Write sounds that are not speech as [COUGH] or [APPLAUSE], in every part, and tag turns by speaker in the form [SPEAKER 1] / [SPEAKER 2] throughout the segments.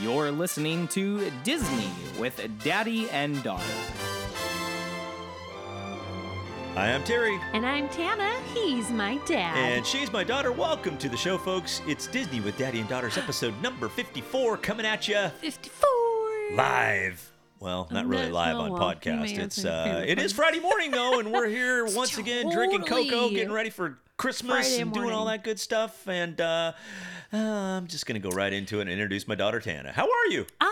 [SPEAKER 1] You're listening to Disney with Daddy and Daughter.
[SPEAKER 2] I am Terry.
[SPEAKER 3] And I'm Tana. He's my dad.
[SPEAKER 2] And she's my daughter. Welcome to the show, folks. It's Disney with Daddy and Daughters, episode number 54, coming at you
[SPEAKER 3] 54. Um,
[SPEAKER 2] live. Well, not really
[SPEAKER 3] Not-
[SPEAKER 2] live
[SPEAKER 3] oh,
[SPEAKER 2] on
[SPEAKER 3] well, you
[SPEAKER 2] podcast.
[SPEAKER 3] may have
[SPEAKER 2] It's
[SPEAKER 3] been
[SPEAKER 2] uh,
[SPEAKER 3] favorite
[SPEAKER 2] it is Friday morning though, and we're
[SPEAKER 3] [LAUGHS]
[SPEAKER 2] here once again drinking cocoa,
[SPEAKER 3] totally
[SPEAKER 2] getting ready for Christmas,
[SPEAKER 3] Friday
[SPEAKER 2] and doing all
[SPEAKER 3] morning.
[SPEAKER 2] that good stuff. And uh, uh, I'm just gonna go right into it and introduce my daughter Tana. How are you?
[SPEAKER 3] Um,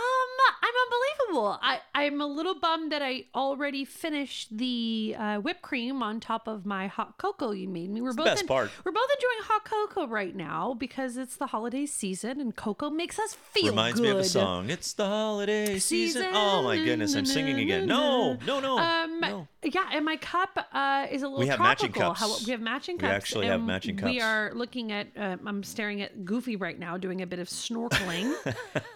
[SPEAKER 3] I'm unbelievable. I, I'm a little bummed that I already finished the uh, whipped cream on top of my hot cocoa you made me. We're both
[SPEAKER 2] best
[SPEAKER 3] en-
[SPEAKER 2] part.
[SPEAKER 3] We're both enjoying hot cocoa right now because it's the holiday season and cocoa makes us feel
[SPEAKER 2] Reminds
[SPEAKER 3] good.
[SPEAKER 2] me of a song. It's the holiday season. Oh my goodness, I'm singing again. No, no, no.
[SPEAKER 3] Um,
[SPEAKER 2] no.
[SPEAKER 3] yeah, and my cup uh, is a little
[SPEAKER 2] We have matching
[SPEAKER 3] tropical.
[SPEAKER 2] cups.
[SPEAKER 3] we have matching
[SPEAKER 2] We
[SPEAKER 3] cups.
[SPEAKER 2] actually have
[SPEAKER 3] and
[SPEAKER 2] matching
[SPEAKER 3] We
[SPEAKER 2] cups.
[SPEAKER 3] are looking at. Uh, I'm staring at Goofy right now, doing a bit
[SPEAKER 2] [LAUGHS]
[SPEAKER 3] of snorkeling.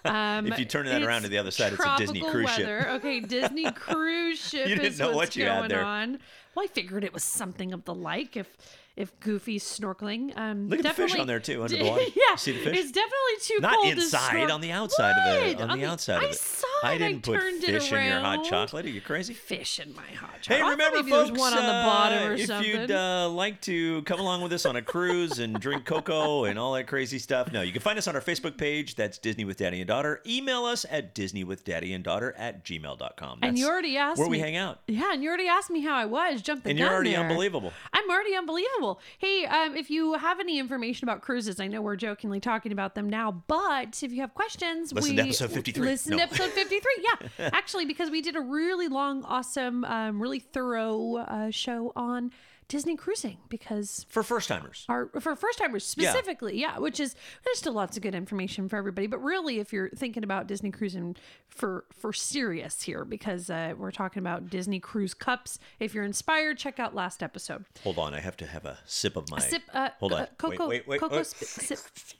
[SPEAKER 3] um,
[SPEAKER 2] If you turn that around to the other side, it's a Disney
[SPEAKER 3] tropical
[SPEAKER 2] cruise ship.
[SPEAKER 3] weather. Okay, Disney
[SPEAKER 2] [LAUGHS]
[SPEAKER 3] cruise ship.
[SPEAKER 2] You didn't
[SPEAKER 3] is
[SPEAKER 2] know
[SPEAKER 3] what's
[SPEAKER 2] what you
[SPEAKER 3] going
[SPEAKER 2] had there.
[SPEAKER 3] On. Well, I figured it was something of the like. If if Goofy's snorkeling, um,
[SPEAKER 2] Look at the fish
[SPEAKER 3] definitely-
[SPEAKER 2] on there, too,
[SPEAKER 3] [LAUGHS]
[SPEAKER 2] under the water.
[SPEAKER 3] yeah,
[SPEAKER 2] See the fish?
[SPEAKER 3] It's definitely too
[SPEAKER 2] Not
[SPEAKER 3] cold. to
[SPEAKER 2] inside,
[SPEAKER 3] snork-
[SPEAKER 2] on the outside of it.
[SPEAKER 3] What?
[SPEAKER 2] On, the, outside
[SPEAKER 3] I
[SPEAKER 2] of it.
[SPEAKER 3] saw it.
[SPEAKER 2] I didn't put
[SPEAKER 3] turned it
[SPEAKER 2] fish in your hot
[SPEAKER 3] around.
[SPEAKER 2] chocolate. Are you crazy?
[SPEAKER 3] Fish in my hot chocolate. I
[SPEAKER 2] Hey,
[SPEAKER 3] thought
[SPEAKER 2] remember,
[SPEAKER 3] maybe
[SPEAKER 2] folks,
[SPEAKER 3] There's one on the
[SPEAKER 2] uh,
[SPEAKER 3] bottom or
[SPEAKER 2] if
[SPEAKER 3] something.
[SPEAKER 2] you'd uh, like to come along with us on a cruise and drink cocoa and all that crazy stuff, no, you can find us on our Facebook page. That's Disney with Daddy and Daughter. Email us at Disney with Daddy and Daughter at gmail.com. That's
[SPEAKER 3] and you already asked
[SPEAKER 2] where we
[SPEAKER 3] me-
[SPEAKER 2] hang out.
[SPEAKER 3] Yeah, and you already asked me how I was. Jumped the
[SPEAKER 2] And you're
[SPEAKER 3] gun
[SPEAKER 2] already
[SPEAKER 3] there.
[SPEAKER 2] unbelievable.
[SPEAKER 3] I'm already unbelievable. Hey, um, if you have any information about cruises, I know we're jokingly talking about them now, but if you have questions,
[SPEAKER 2] Listen
[SPEAKER 3] we,
[SPEAKER 2] to episode 53.
[SPEAKER 3] Listen
[SPEAKER 2] No.
[SPEAKER 3] to episode
[SPEAKER 2] [LAUGHS]
[SPEAKER 3] 53. Yeah, actually, because we did a really long, awesome, um, really thorough uh, show on Disney cruising because
[SPEAKER 2] For first timers.
[SPEAKER 3] our for first timers
[SPEAKER 2] Yeah.
[SPEAKER 3] specifically yeah. which is there's still lots of good information for everybody but really if you're thinking about disney cruising for for serious here because uh, we're talking about disney cruise cups if you're inspired check out last episode
[SPEAKER 2] Hold on, I have to have a sip of my.
[SPEAKER 3] sip uh,
[SPEAKER 2] Hold
[SPEAKER 3] c-
[SPEAKER 2] on.
[SPEAKER 3] uh, cocoa
[SPEAKER 2] wait, wait, wait.
[SPEAKER 3] cocoa
[SPEAKER 2] wait.
[SPEAKER 3] sp- sip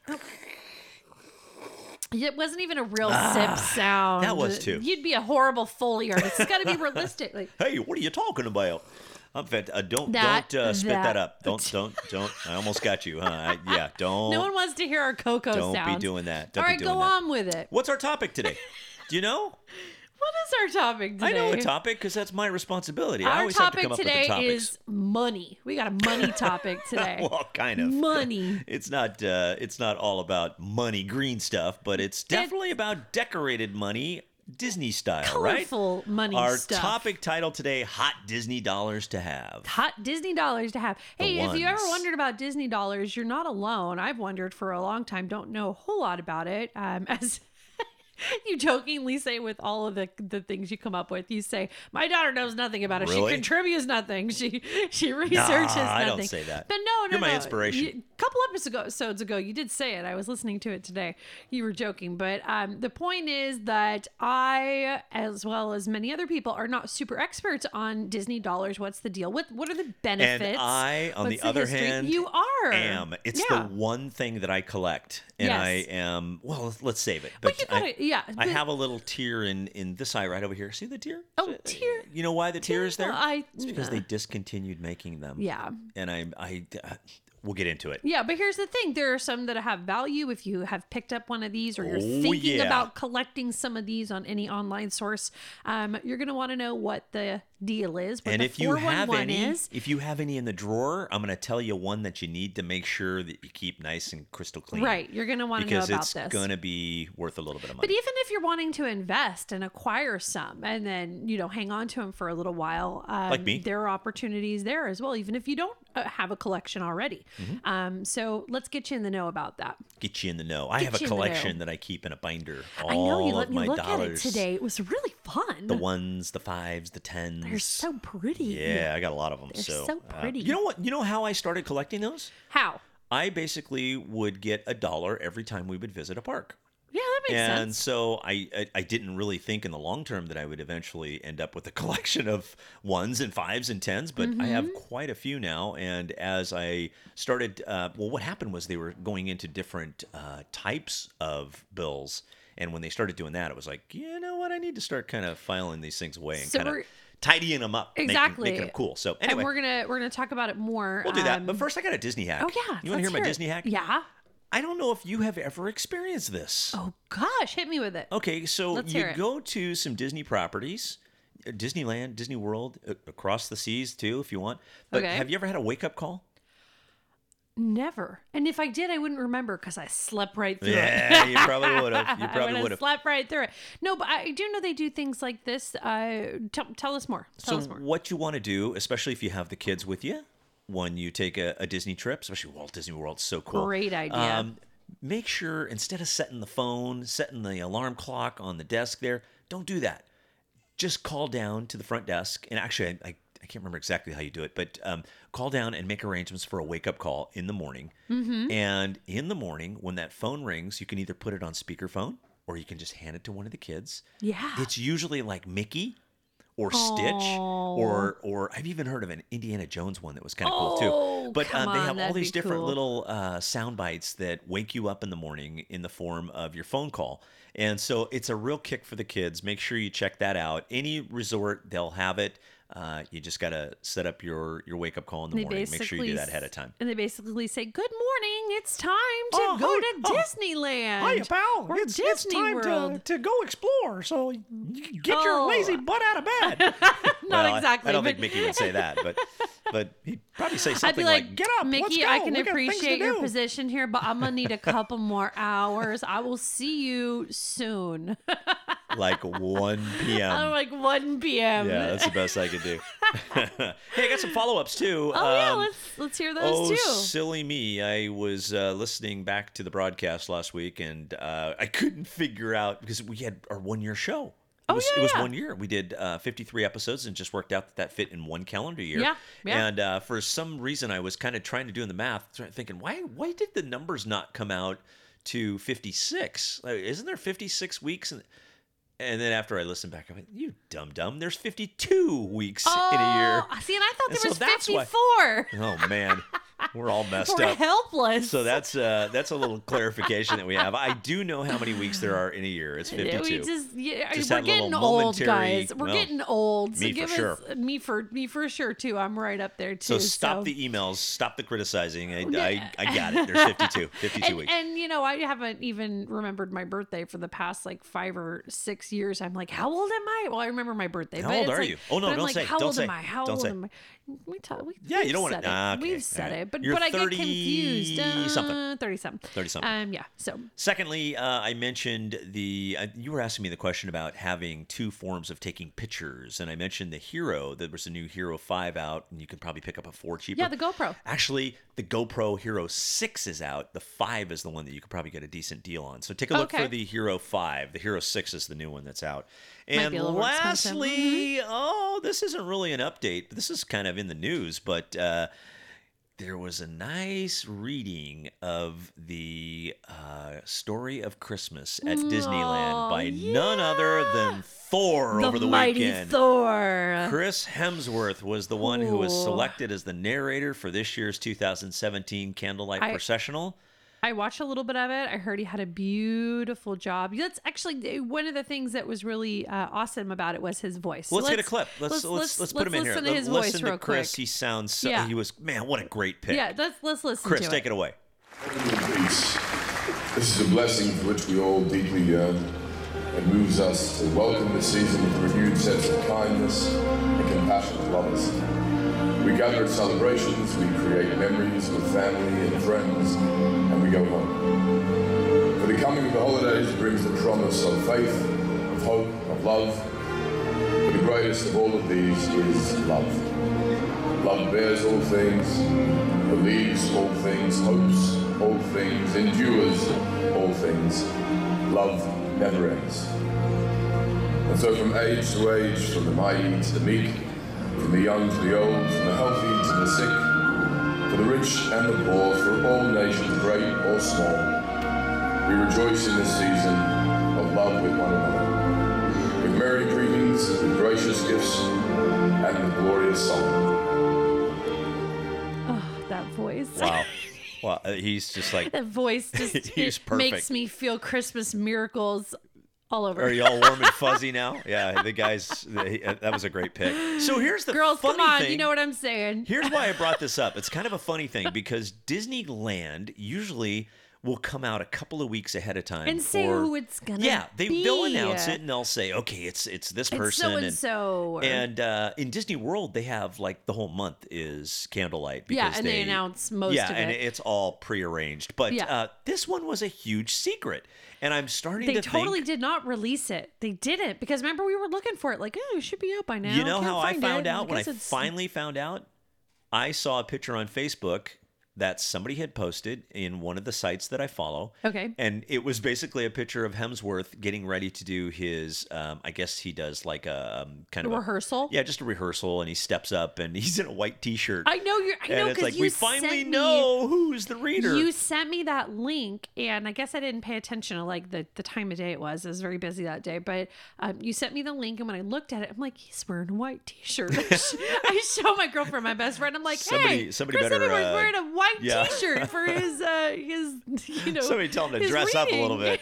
[SPEAKER 3] oh. It wasn't even a real sip sound.
[SPEAKER 2] Ah, that was too.
[SPEAKER 3] You'd be a horrible foley artist. It's got to be realistic. Like,
[SPEAKER 2] hey, what are you talking about? I'm fant- uh, don't
[SPEAKER 3] That-
[SPEAKER 2] don't uh, spit that.
[SPEAKER 3] that-
[SPEAKER 2] up. Don't don't don't. I almost got you. Huh? I, yeah, don't.
[SPEAKER 3] [LAUGHS] no one wants to hear our cocoa
[SPEAKER 2] Don't be
[SPEAKER 3] sounds.
[SPEAKER 2] doing that. Don't
[SPEAKER 3] All
[SPEAKER 2] be
[SPEAKER 3] right,
[SPEAKER 2] doing
[SPEAKER 3] go
[SPEAKER 2] that.
[SPEAKER 3] on with it.
[SPEAKER 2] What's our topic today? Do you know?
[SPEAKER 3] What is our topic today?
[SPEAKER 2] I know a topic because that's my responsibility. I
[SPEAKER 3] Our
[SPEAKER 2] always have to
[SPEAKER 3] topic
[SPEAKER 2] come up
[SPEAKER 3] today
[SPEAKER 2] with the topics.
[SPEAKER 3] is money. We got a money topic today.
[SPEAKER 2] [LAUGHS] well, kind of.
[SPEAKER 3] money.
[SPEAKER 2] [LAUGHS] It's not. Uh, it's not all about money, green stuff, but it's definitely about decorated money, Disney style, right?
[SPEAKER 3] Colorful money
[SPEAKER 2] Our
[SPEAKER 3] stuff.
[SPEAKER 2] topic title today: Hot Disney Dollars to Have.
[SPEAKER 3] Hot Disney dollars to have. Hey, if you ever
[SPEAKER 2] ones.
[SPEAKER 3] wondered about Disney dollars, you're not alone. I've wondered for a long time, don't know a whole lot about it. Um, [LAUGHS] as you jokingly say with all of the, the things you come up with, you say, My daughter knows nothing about it.
[SPEAKER 2] Really?
[SPEAKER 3] She contributes nothing. She she researches
[SPEAKER 2] I
[SPEAKER 3] nothing.
[SPEAKER 2] don't say that.
[SPEAKER 3] But no, no,
[SPEAKER 2] You're my
[SPEAKER 3] no.
[SPEAKER 2] inspiration.
[SPEAKER 3] You- a couple episodes ago, you did say it. I was listening to it today. You were joking, but um, the point is that I, as well as many other people, are not super experts on Disney dollars. What's the deal with? What are the benefits?
[SPEAKER 2] And I, on
[SPEAKER 3] What's
[SPEAKER 2] the other
[SPEAKER 3] history?
[SPEAKER 2] hand,
[SPEAKER 3] you are
[SPEAKER 2] am. It's
[SPEAKER 3] yeah.
[SPEAKER 2] the one thing that I collect, and
[SPEAKER 3] Yes.
[SPEAKER 2] I am. Well, let's- let's save it.
[SPEAKER 3] But you
[SPEAKER 2] I-
[SPEAKER 3] gotta, yeah.
[SPEAKER 2] I
[SPEAKER 3] but-
[SPEAKER 2] have a little tear in in this eye right over here. See the tear?
[SPEAKER 3] Oh, tear.
[SPEAKER 2] You know why the tear, is there?
[SPEAKER 3] Well, I- uh,
[SPEAKER 2] it's because they discontinued making them.
[SPEAKER 3] Yeah.
[SPEAKER 2] And I I uh, we'll get into it.
[SPEAKER 3] Yeah, but here's the thing: there are some that have value. If you have picked up one of these, or you're
[SPEAKER 2] Oh,
[SPEAKER 3] thinking
[SPEAKER 2] yeah.
[SPEAKER 3] about collecting some of these on any online source, um, you're gonna want to know what the deal is. What
[SPEAKER 2] And
[SPEAKER 3] the
[SPEAKER 2] if you have
[SPEAKER 3] 411
[SPEAKER 2] any,
[SPEAKER 3] is.
[SPEAKER 2] if you have any in the drawer, I'm going to tell you one that you need to make sure that you keep nice and crystal clean.
[SPEAKER 3] right, you're gonna want to know
[SPEAKER 2] Because
[SPEAKER 3] about
[SPEAKER 2] it's
[SPEAKER 3] this.
[SPEAKER 2] going to be worth a little bit of money.
[SPEAKER 3] But even if you're wanting to invest and acquire some, and then you know hang on to them for a little while, um,
[SPEAKER 2] Like me.
[SPEAKER 3] there are opportunities there as well. Even if you don't uh, have a collection already,
[SPEAKER 2] Mm-hmm.
[SPEAKER 3] um, so let's get you in the know about that.
[SPEAKER 2] get you in the know. I
[SPEAKER 3] Get
[SPEAKER 2] have a
[SPEAKER 3] you in the know.
[SPEAKER 2] collection that I keep in a binder. All
[SPEAKER 3] I know you
[SPEAKER 2] of
[SPEAKER 3] let me
[SPEAKER 2] my
[SPEAKER 3] look
[SPEAKER 2] dollars,
[SPEAKER 3] at it today. It was really fun.
[SPEAKER 2] The ones, the fives, the tens.
[SPEAKER 3] They're so pretty.
[SPEAKER 2] Yeah, I got a lot of them.
[SPEAKER 3] They're
[SPEAKER 2] so,
[SPEAKER 3] so
[SPEAKER 2] uh,
[SPEAKER 3] pretty.
[SPEAKER 2] you know what? You know how I started collecting those?
[SPEAKER 3] How?
[SPEAKER 2] I basically would get a dollar every time we would visit a park.
[SPEAKER 3] Yeah, that makes
[SPEAKER 2] and
[SPEAKER 3] sense.
[SPEAKER 2] so I, I I didn't really think in the long term that I would eventually end up with a [LAUGHS] collection of ones and fives and tens, but I have
[SPEAKER 3] Mm-hmm.
[SPEAKER 2] quite a few now. And as I started, uh, well, what happened was they were going into different uh, types of bills, and when they started doing that, it was like, you know what, I need to start kind of filing these things away and
[SPEAKER 3] So
[SPEAKER 2] kind of
[SPEAKER 3] we're-
[SPEAKER 2] tidying them up, making-
[SPEAKER 3] Exactly.
[SPEAKER 2] making, them cool. So anyway,
[SPEAKER 3] and we're gonna we're gonna talk about it more.
[SPEAKER 2] we'll do that.
[SPEAKER 3] um,
[SPEAKER 2] But first, I got a Disney hack.
[SPEAKER 3] oh yeah,
[SPEAKER 2] you want to hear
[SPEAKER 3] let's
[SPEAKER 2] my
[SPEAKER 3] it.
[SPEAKER 2] Disney hack?
[SPEAKER 3] Yeah.
[SPEAKER 2] I don't know if you have ever experienced this.
[SPEAKER 3] Oh gosh, hit me with it.
[SPEAKER 2] Okay, so
[SPEAKER 3] Let's
[SPEAKER 2] you
[SPEAKER 3] hear it.
[SPEAKER 2] go to some Disney properties, uh, Disneyland, Disney World, a- across the seas too, if you want. But
[SPEAKER 3] Okay.
[SPEAKER 2] have you ever had a wake up
[SPEAKER 3] [LAUGHS]
[SPEAKER 2] call?
[SPEAKER 3] Never. And if I did, I wouldn't remember because I slept right through it.
[SPEAKER 2] Yeah, you probably
[SPEAKER 3] [LAUGHS]
[SPEAKER 2] would have. You
[SPEAKER 3] I
[SPEAKER 2] probably
[SPEAKER 3] would've
[SPEAKER 2] would have.
[SPEAKER 3] slept right through it. No, but I do know they do things like this. Uh, tell, tell us more. Tell
[SPEAKER 2] So
[SPEAKER 3] us more.
[SPEAKER 2] what you want to do, especially if you have the kids with you, when you take a, a Disney trip, especially Walt Disney World's so cool. um,
[SPEAKER 3] Great idea.
[SPEAKER 2] make sure instead of setting the phone, setting the alarm clock on the desk there, don't do that. Just call down to the front desk, and actually, I, I, I can't remember exactly how you do it, but um, call down and make arrangements for a wake up call in the morning.
[SPEAKER 3] Mm-hmm.
[SPEAKER 2] And in the morning, when that phone rings, you can either put it on speakerphone or you can just hand it to one of the kids.
[SPEAKER 3] Yeah.
[SPEAKER 2] It's usually like Mickey or Stitch or or I've even heard of an Indiana Jones one that was kind of cool
[SPEAKER 3] Oh,
[SPEAKER 2] too. But
[SPEAKER 3] come
[SPEAKER 2] um, they
[SPEAKER 3] on,
[SPEAKER 2] have all
[SPEAKER 3] that'd
[SPEAKER 2] these
[SPEAKER 3] be
[SPEAKER 2] different
[SPEAKER 3] cool.
[SPEAKER 2] little uh, sound bites that wake you up in the morning in the form of your phone call. And so it's a real kick for the kids. Make sure you check that out. Any resort, they'll have it. Uh, you just gotta set up your your wake up call in the
[SPEAKER 3] They
[SPEAKER 2] morning. Make sure you do
[SPEAKER 3] basically
[SPEAKER 2] that ahead of
[SPEAKER 3] s-
[SPEAKER 2] time.
[SPEAKER 3] And they basically say, "Good morning. It's time to
[SPEAKER 4] Oh,
[SPEAKER 3] go
[SPEAKER 4] hi-
[SPEAKER 3] to
[SPEAKER 4] oh.
[SPEAKER 3] Disneyland.
[SPEAKER 4] Hiya, pal.
[SPEAKER 3] We're
[SPEAKER 4] it's,
[SPEAKER 3] Disney
[SPEAKER 4] it's time
[SPEAKER 3] World.
[SPEAKER 4] To, to go explore. So you get
[SPEAKER 3] Oh.
[SPEAKER 4] your lazy butt out of bed.
[SPEAKER 3] [LAUGHS] Not
[SPEAKER 2] Well, I-
[SPEAKER 3] exactly.
[SPEAKER 2] I, don't
[SPEAKER 3] but
[SPEAKER 2] think Mickey would say that,
[SPEAKER 3] [LAUGHS]
[SPEAKER 2] but but he'd probably say
[SPEAKER 3] I'd be
[SPEAKER 2] something
[SPEAKER 3] like,
[SPEAKER 2] like,
[SPEAKER 4] "Get up, let's
[SPEAKER 3] Mickey.
[SPEAKER 4] go,
[SPEAKER 3] I can
[SPEAKER 4] we got things to
[SPEAKER 3] appreciate your
[SPEAKER 4] do."
[SPEAKER 3] position here, but I'm gonna need a couple more hours. I will see you soon. [LAUGHS]
[SPEAKER 2] like 1 p.m.
[SPEAKER 3] I'm like 1 p.m.
[SPEAKER 2] Um, Yeah, that's the best I
[SPEAKER 3] [LAUGHS]
[SPEAKER 2] could do. [LAUGHS] hey, I got some follow ups too.
[SPEAKER 3] Oh yeah,
[SPEAKER 2] Um,
[SPEAKER 3] let's let's hear
[SPEAKER 2] oh,
[SPEAKER 3] those too.
[SPEAKER 2] silly me. I was uh, listening back to the broadcast last week and uh, [LAUGHS] I couldn't figure out because we had our one year show. It
[SPEAKER 3] Oh,
[SPEAKER 2] was, it was
[SPEAKER 3] yeah.
[SPEAKER 2] one year. We did uh, 53 episodes and just worked out that that fit in one calendar year.
[SPEAKER 3] Yeah, yeah.
[SPEAKER 2] And uh, for some reason, I was kind of trying to do in the math, try- thinking, why why did the numbers not come out to 56? Like, isn't there 56 weeks? And, and then after I listened back, I went, you dumb dumb. There's 52 weeks in a year.
[SPEAKER 3] Oh, see, and I thought
[SPEAKER 2] And
[SPEAKER 3] there
[SPEAKER 2] so
[SPEAKER 3] was
[SPEAKER 2] that's why-
[SPEAKER 3] 54.
[SPEAKER 2] Oh man, we're all
[SPEAKER 3] [LAUGHS]
[SPEAKER 2] messed
[SPEAKER 3] We're
[SPEAKER 2] up.
[SPEAKER 3] helpless.
[SPEAKER 2] So that's uh, that's a little clarification that we have. I do know how many weeks there are in a year. It's
[SPEAKER 3] Yeah,
[SPEAKER 2] 52.
[SPEAKER 3] We just, yeah,
[SPEAKER 2] Just
[SPEAKER 3] we're
[SPEAKER 2] had a little
[SPEAKER 3] getting old,
[SPEAKER 2] momentary-
[SPEAKER 3] guys. We're
[SPEAKER 2] well,
[SPEAKER 3] getting old. So
[SPEAKER 2] me for
[SPEAKER 3] give
[SPEAKER 2] sure.
[SPEAKER 3] us me for me for sure too. I'm right up there too.
[SPEAKER 2] so stop
[SPEAKER 3] so-
[SPEAKER 2] the emails, stop the criticizing. I,
[SPEAKER 3] Yeah.
[SPEAKER 2] I, I got it. There's
[SPEAKER 3] [LAUGHS]
[SPEAKER 2] 52, 52
[SPEAKER 3] and,
[SPEAKER 2] weeks.
[SPEAKER 3] and you know, I haven't even remembered my birthday for the past like five or six years. I'm like, how old am I? Well, I remember my birthday.
[SPEAKER 2] How
[SPEAKER 3] but
[SPEAKER 2] old
[SPEAKER 3] it's
[SPEAKER 2] are
[SPEAKER 3] like-
[SPEAKER 2] you? Oh, no,
[SPEAKER 3] but I'm
[SPEAKER 2] don't
[SPEAKER 3] like,
[SPEAKER 2] say.
[SPEAKER 3] How
[SPEAKER 2] Don't
[SPEAKER 3] old
[SPEAKER 2] say.
[SPEAKER 3] am I? How
[SPEAKER 2] Don't
[SPEAKER 3] old
[SPEAKER 2] say.
[SPEAKER 3] am I? We talk. We,
[SPEAKER 2] Yeah, you
[SPEAKER 3] we've
[SPEAKER 2] don't wanna-
[SPEAKER 3] said
[SPEAKER 2] ah,
[SPEAKER 3] It.
[SPEAKER 2] okay,
[SPEAKER 3] We've said
[SPEAKER 2] all right.
[SPEAKER 3] it, but
[SPEAKER 2] You're
[SPEAKER 3] but I get confused.
[SPEAKER 2] 30-something.
[SPEAKER 3] Uh, Thirty something.
[SPEAKER 2] 30-something.
[SPEAKER 3] Um, yeah. So
[SPEAKER 2] Secondly, uh, I mentioned the. Uh, you were asking me the question about having two forms of taking pictures, and I mentioned the Hero. There was a new Hero Five out, and you could probably pick up a four cheaper.
[SPEAKER 3] yeah, the GoPro.
[SPEAKER 2] Actually, the GoPro Hero 6 is out. The 5 is the one that you could probably get a decent deal on. So take a look
[SPEAKER 3] Okay.
[SPEAKER 2] for the Hero 5. The Hero 6 is the new one that's out. And
[SPEAKER 3] be a little more expensive. Mm-hmm.
[SPEAKER 2] lastly, oh, this isn't really an update, but this is kind of in the news, but uh, there was a nice reading of the uh, story of Christmas at Disneyland by none other than Thor over the
[SPEAKER 3] mighty
[SPEAKER 2] weekend.
[SPEAKER 3] Thor.
[SPEAKER 2] Chris Hemsworth was the one who was
[SPEAKER 3] Ooh.
[SPEAKER 2] selected as the narrator for this year's 2017 Candlelight
[SPEAKER 3] I-
[SPEAKER 2] Processional.
[SPEAKER 3] I watched a little bit of it. I heard he had a beautiful job. That's actually eh, one of the things that was really uh, awesome about it was his voice. So
[SPEAKER 2] Let's, get a clip. Let's let's let's, put him in here.
[SPEAKER 3] listen
[SPEAKER 2] Let-
[SPEAKER 3] To his
[SPEAKER 2] listen
[SPEAKER 3] voice
[SPEAKER 2] to
[SPEAKER 3] real
[SPEAKER 2] Chris. He
[SPEAKER 3] Quick.
[SPEAKER 2] sounds. So,
[SPEAKER 3] Yeah.
[SPEAKER 2] He was man. What a great pick.
[SPEAKER 3] Yeah, let's let's listen
[SPEAKER 2] Chris,
[SPEAKER 3] to
[SPEAKER 2] take it.
[SPEAKER 3] [LAUGHS]
[SPEAKER 2] away.
[SPEAKER 5] Greece. This is a blessing for which we all deeply yearn. It moves us to welcome the season with a renewed sense of kindness and compassion to others. We gather at celebrations, we create memories with family and friends, and we go home. For the coming of the holidays brings the promise of faith, of hope, of love. But the greatest of all of these is love. Love bears all things, believes all things, hopes all things, endures all things. Love never ends. And so from age to age, from the mighty to the meek, from the young to the old, from the healthy to the sick, for the rich and the poor, for all nations, great or small, we rejoice in this season love with one another, with merry greetings, with gracious gifts, and with glorious song.
[SPEAKER 3] That voice.
[SPEAKER 2] Wow. Well, uh, he's just like,
[SPEAKER 3] [LAUGHS]
[SPEAKER 2] [LAUGHS]
[SPEAKER 3] That voice just
[SPEAKER 2] He's
[SPEAKER 3] it makes
[SPEAKER 2] perfect.
[SPEAKER 3] me feel Christmas miracles all over.
[SPEAKER 2] are you all warm and fuzzy now? Yeah, the guys, the, he- uh, that was a great pick. So here's the
[SPEAKER 3] Girls,
[SPEAKER 2] funny
[SPEAKER 3] come on.
[SPEAKER 2] thing.
[SPEAKER 3] You know what I'm saying.
[SPEAKER 2] Here's why I brought this up. It's kind of a funny
[SPEAKER 3] [LAUGHS]
[SPEAKER 2] thing because Disneyland usually will come out a couple of weeks ahead of time
[SPEAKER 3] And say
[SPEAKER 2] for-
[SPEAKER 3] who it's gonna
[SPEAKER 2] Yeah, they they'll
[SPEAKER 3] be.
[SPEAKER 2] announce it and they'll say, okay, it's it's this
[SPEAKER 3] uh, it's
[SPEAKER 2] person
[SPEAKER 3] so
[SPEAKER 2] and-
[SPEAKER 3] and so.
[SPEAKER 2] And uh, in Disney World, they have like the whole month is candlelight.
[SPEAKER 3] Yeah,
[SPEAKER 2] Because
[SPEAKER 3] and they announce most
[SPEAKER 2] yeah,
[SPEAKER 3] of
[SPEAKER 2] and
[SPEAKER 3] it.
[SPEAKER 2] it's all prearranged. But
[SPEAKER 3] Yeah.
[SPEAKER 2] uh, this one was a huge secret, and I'm starting
[SPEAKER 3] They
[SPEAKER 2] to
[SPEAKER 3] totally
[SPEAKER 2] think.
[SPEAKER 3] did not release it. They didn't because remember we were looking for it. Like, oh, it should be out by now.
[SPEAKER 2] You know
[SPEAKER 3] Can't
[SPEAKER 2] how I
[SPEAKER 3] find
[SPEAKER 2] found
[SPEAKER 3] it.
[SPEAKER 2] out when I
[SPEAKER 3] guess it's-
[SPEAKER 2] finally found out? I saw a picture on Facebook that somebody had posted in one of the sites that I follow.
[SPEAKER 3] Okay.
[SPEAKER 2] And it was basically a picture of Hemsworth getting ready to do his, um, I guess he does like a um, kind
[SPEAKER 3] A
[SPEAKER 2] of a-
[SPEAKER 3] rehearsal?
[SPEAKER 2] yeah, just a rehearsal. And he steps up and [LAUGHS] he's in a white t shirt.
[SPEAKER 3] I know you're. I know
[SPEAKER 2] and it's
[SPEAKER 3] because
[SPEAKER 2] like,
[SPEAKER 3] you
[SPEAKER 2] we finally
[SPEAKER 3] sent
[SPEAKER 2] know who's the
[SPEAKER 3] Me,
[SPEAKER 2] reader.
[SPEAKER 3] you sent me that link, and I guess I didn't pay attention to like the, the time of day it was. I was very busy that day, but um, you sent me the link, and when I looked at it, I'm like, he's wearing a white T-shirt.
[SPEAKER 2] [LAUGHS]
[SPEAKER 3] [LAUGHS] I show my girlfriend, my best friend, I'm like,
[SPEAKER 2] Somebody-
[SPEAKER 3] hey,
[SPEAKER 2] somebody
[SPEAKER 3] Chris
[SPEAKER 2] better,
[SPEAKER 3] Hemsworth's
[SPEAKER 2] uh,
[SPEAKER 3] wearing a white
[SPEAKER 2] yeah. [LAUGHS]
[SPEAKER 3] T-shirt for his uh, his you know.
[SPEAKER 2] Somebody tell him to
[SPEAKER 3] his
[SPEAKER 2] dress up a little
[SPEAKER 3] reading."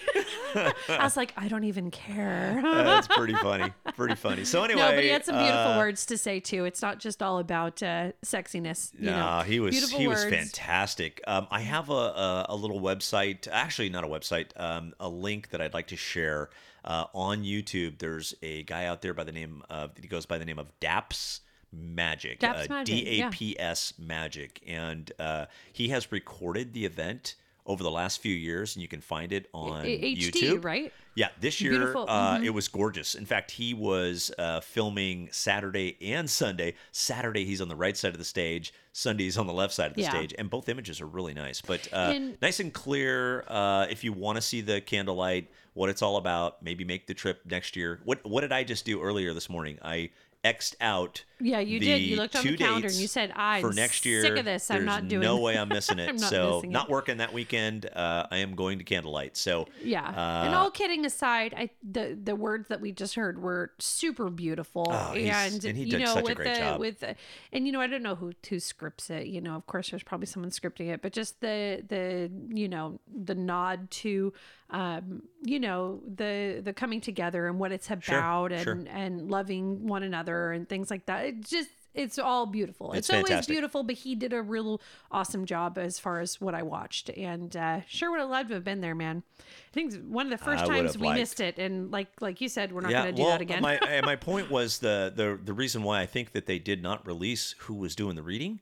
[SPEAKER 2] bit.
[SPEAKER 3] [LAUGHS] I was like, I don't
[SPEAKER 2] [LAUGHS]
[SPEAKER 3] even care.
[SPEAKER 2] That's pretty funny. Pretty funny. So anyway,
[SPEAKER 3] [LAUGHS] no, but he had some beautiful
[SPEAKER 2] uh,
[SPEAKER 3] words to say too. It's not just all about uh, sexiness. You
[SPEAKER 2] Nah,
[SPEAKER 3] know,
[SPEAKER 2] he was
[SPEAKER 3] beautiful
[SPEAKER 2] he
[SPEAKER 3] words.
[SPEAKER 2] was fantastic. Um, I have a, a a little website, actually not a website, um, a link that I'd like to share uh, on YouTube. There's a guy out there by the name of he goes by the name of Daps Magic, uh,
[SPEAKER 3] Daps Magic,
[SPEAKER 2] D
[SPEAKER 3] yeah.
[SPEAKER 2] A P S Magic, and uh, he has recorded the event over the last few years, and you can find it on
[SPEAKER 3] A- HD,
[SPEAKER 2] YouTube,
[SPEAKER 3] right?
[SPEAKER 2] Yeah, this year
[SPEAKER 3] Beautiful, Mm-hmm.
[SPEAKER 2] Uh, it was gorgeous. In fact, he was uh, filming Saturday and Sunday. Saturday, he's on the right side of the stage. Sunday, he's on the left side of the
[SPEAKER 3] Yeah.
[SPEAKER 2] stage. And both images are really nice, but uh,
[SPEAKER 3] And-
[SPEAKER 2] nice and clear. Uh, if you want to see the candlelight, what it's all about, maybe make the trip next year. What What did I just do earlier this morning? I xed out.
[SPEAKER 3] Yeah, you did. You
[SPEAKER 2] the
[SPEAKER 3] looked on the
[SPEAKER 2] two
[SPEAKER 3] calendar and
[SPEAKER 2] dates
[SPEAKER 3] you said, "I'm
[SPEAKER 2] for next
[SPEAKER 3] sick
[SPEAKER 2] year.
[SPEAKER 3] of this. I'm
[SPEAKER 2] there's
[SPEAKER 3] not doing [LAUGHS]
[SPEAKER 2] No
[SPEAKER 3] this."
[SPEAKER 2] way I'm missing it.
[SPEAKER 3] I'm not
[SPEAKER 2] so
[SPEAKER 3] missing
[SPEAKER 2] not
[SPEAKER 3] it.
[SPEAKER 2] working that weekend. Uh, I am going to candlelight. So
[SPEAKER 3] Yeah. and
[SPEAKER 2] Uh,
[SPEAKER 3] all kidding aside, I the the words that we just heard were super beautiful.
[SPEAKER 2] Oh, he's-
[SPEAKER 3] and,
[SPEAKER 2] and he
[SPEAKER 3] you
[SPEAKER 2] did
[SPEAKER 3] know,
[SPEAKER 2] such a
[SPEAKER 3] with
[SPEAKER 2] great
[SPEAKER 3] the
[SPEAKER 2] job.
[SPEAKER 3] with the, and you know, I don't know who who scripts it. You know, of course, there's probably someone scripting it, but just the the you know the nod to um you know the the coming together and what it's about and
[SPEAKER 2] sure.
[SPEAKER 3] and loving one another and things like that. It just it's all beautiful.
[SPEAKER 2] It's
[SPEAKER 3] It's, always
[SPEAKER 2] fantastic.
[SPEAKER 3] beautiful beautiful, but he did a real awesome job as far as what I watched. And uh, sure would have loved to have been there, man. I think it's one of the first
[SPEAKER 2] I would
[SPEAKER 3] times
[SPEAKER 2] have
[SPEAKER 3] we
[SPEAKER 2] liked-
[SPEAKER 3] missed it, and like like you said, we're not going to do that again.
[SPEAKER 2] my
[SPEAKER 3] [LAUGHS]
[SPEAKER 2] and my point was the the the reason why I think that they did not release who was doing the reading.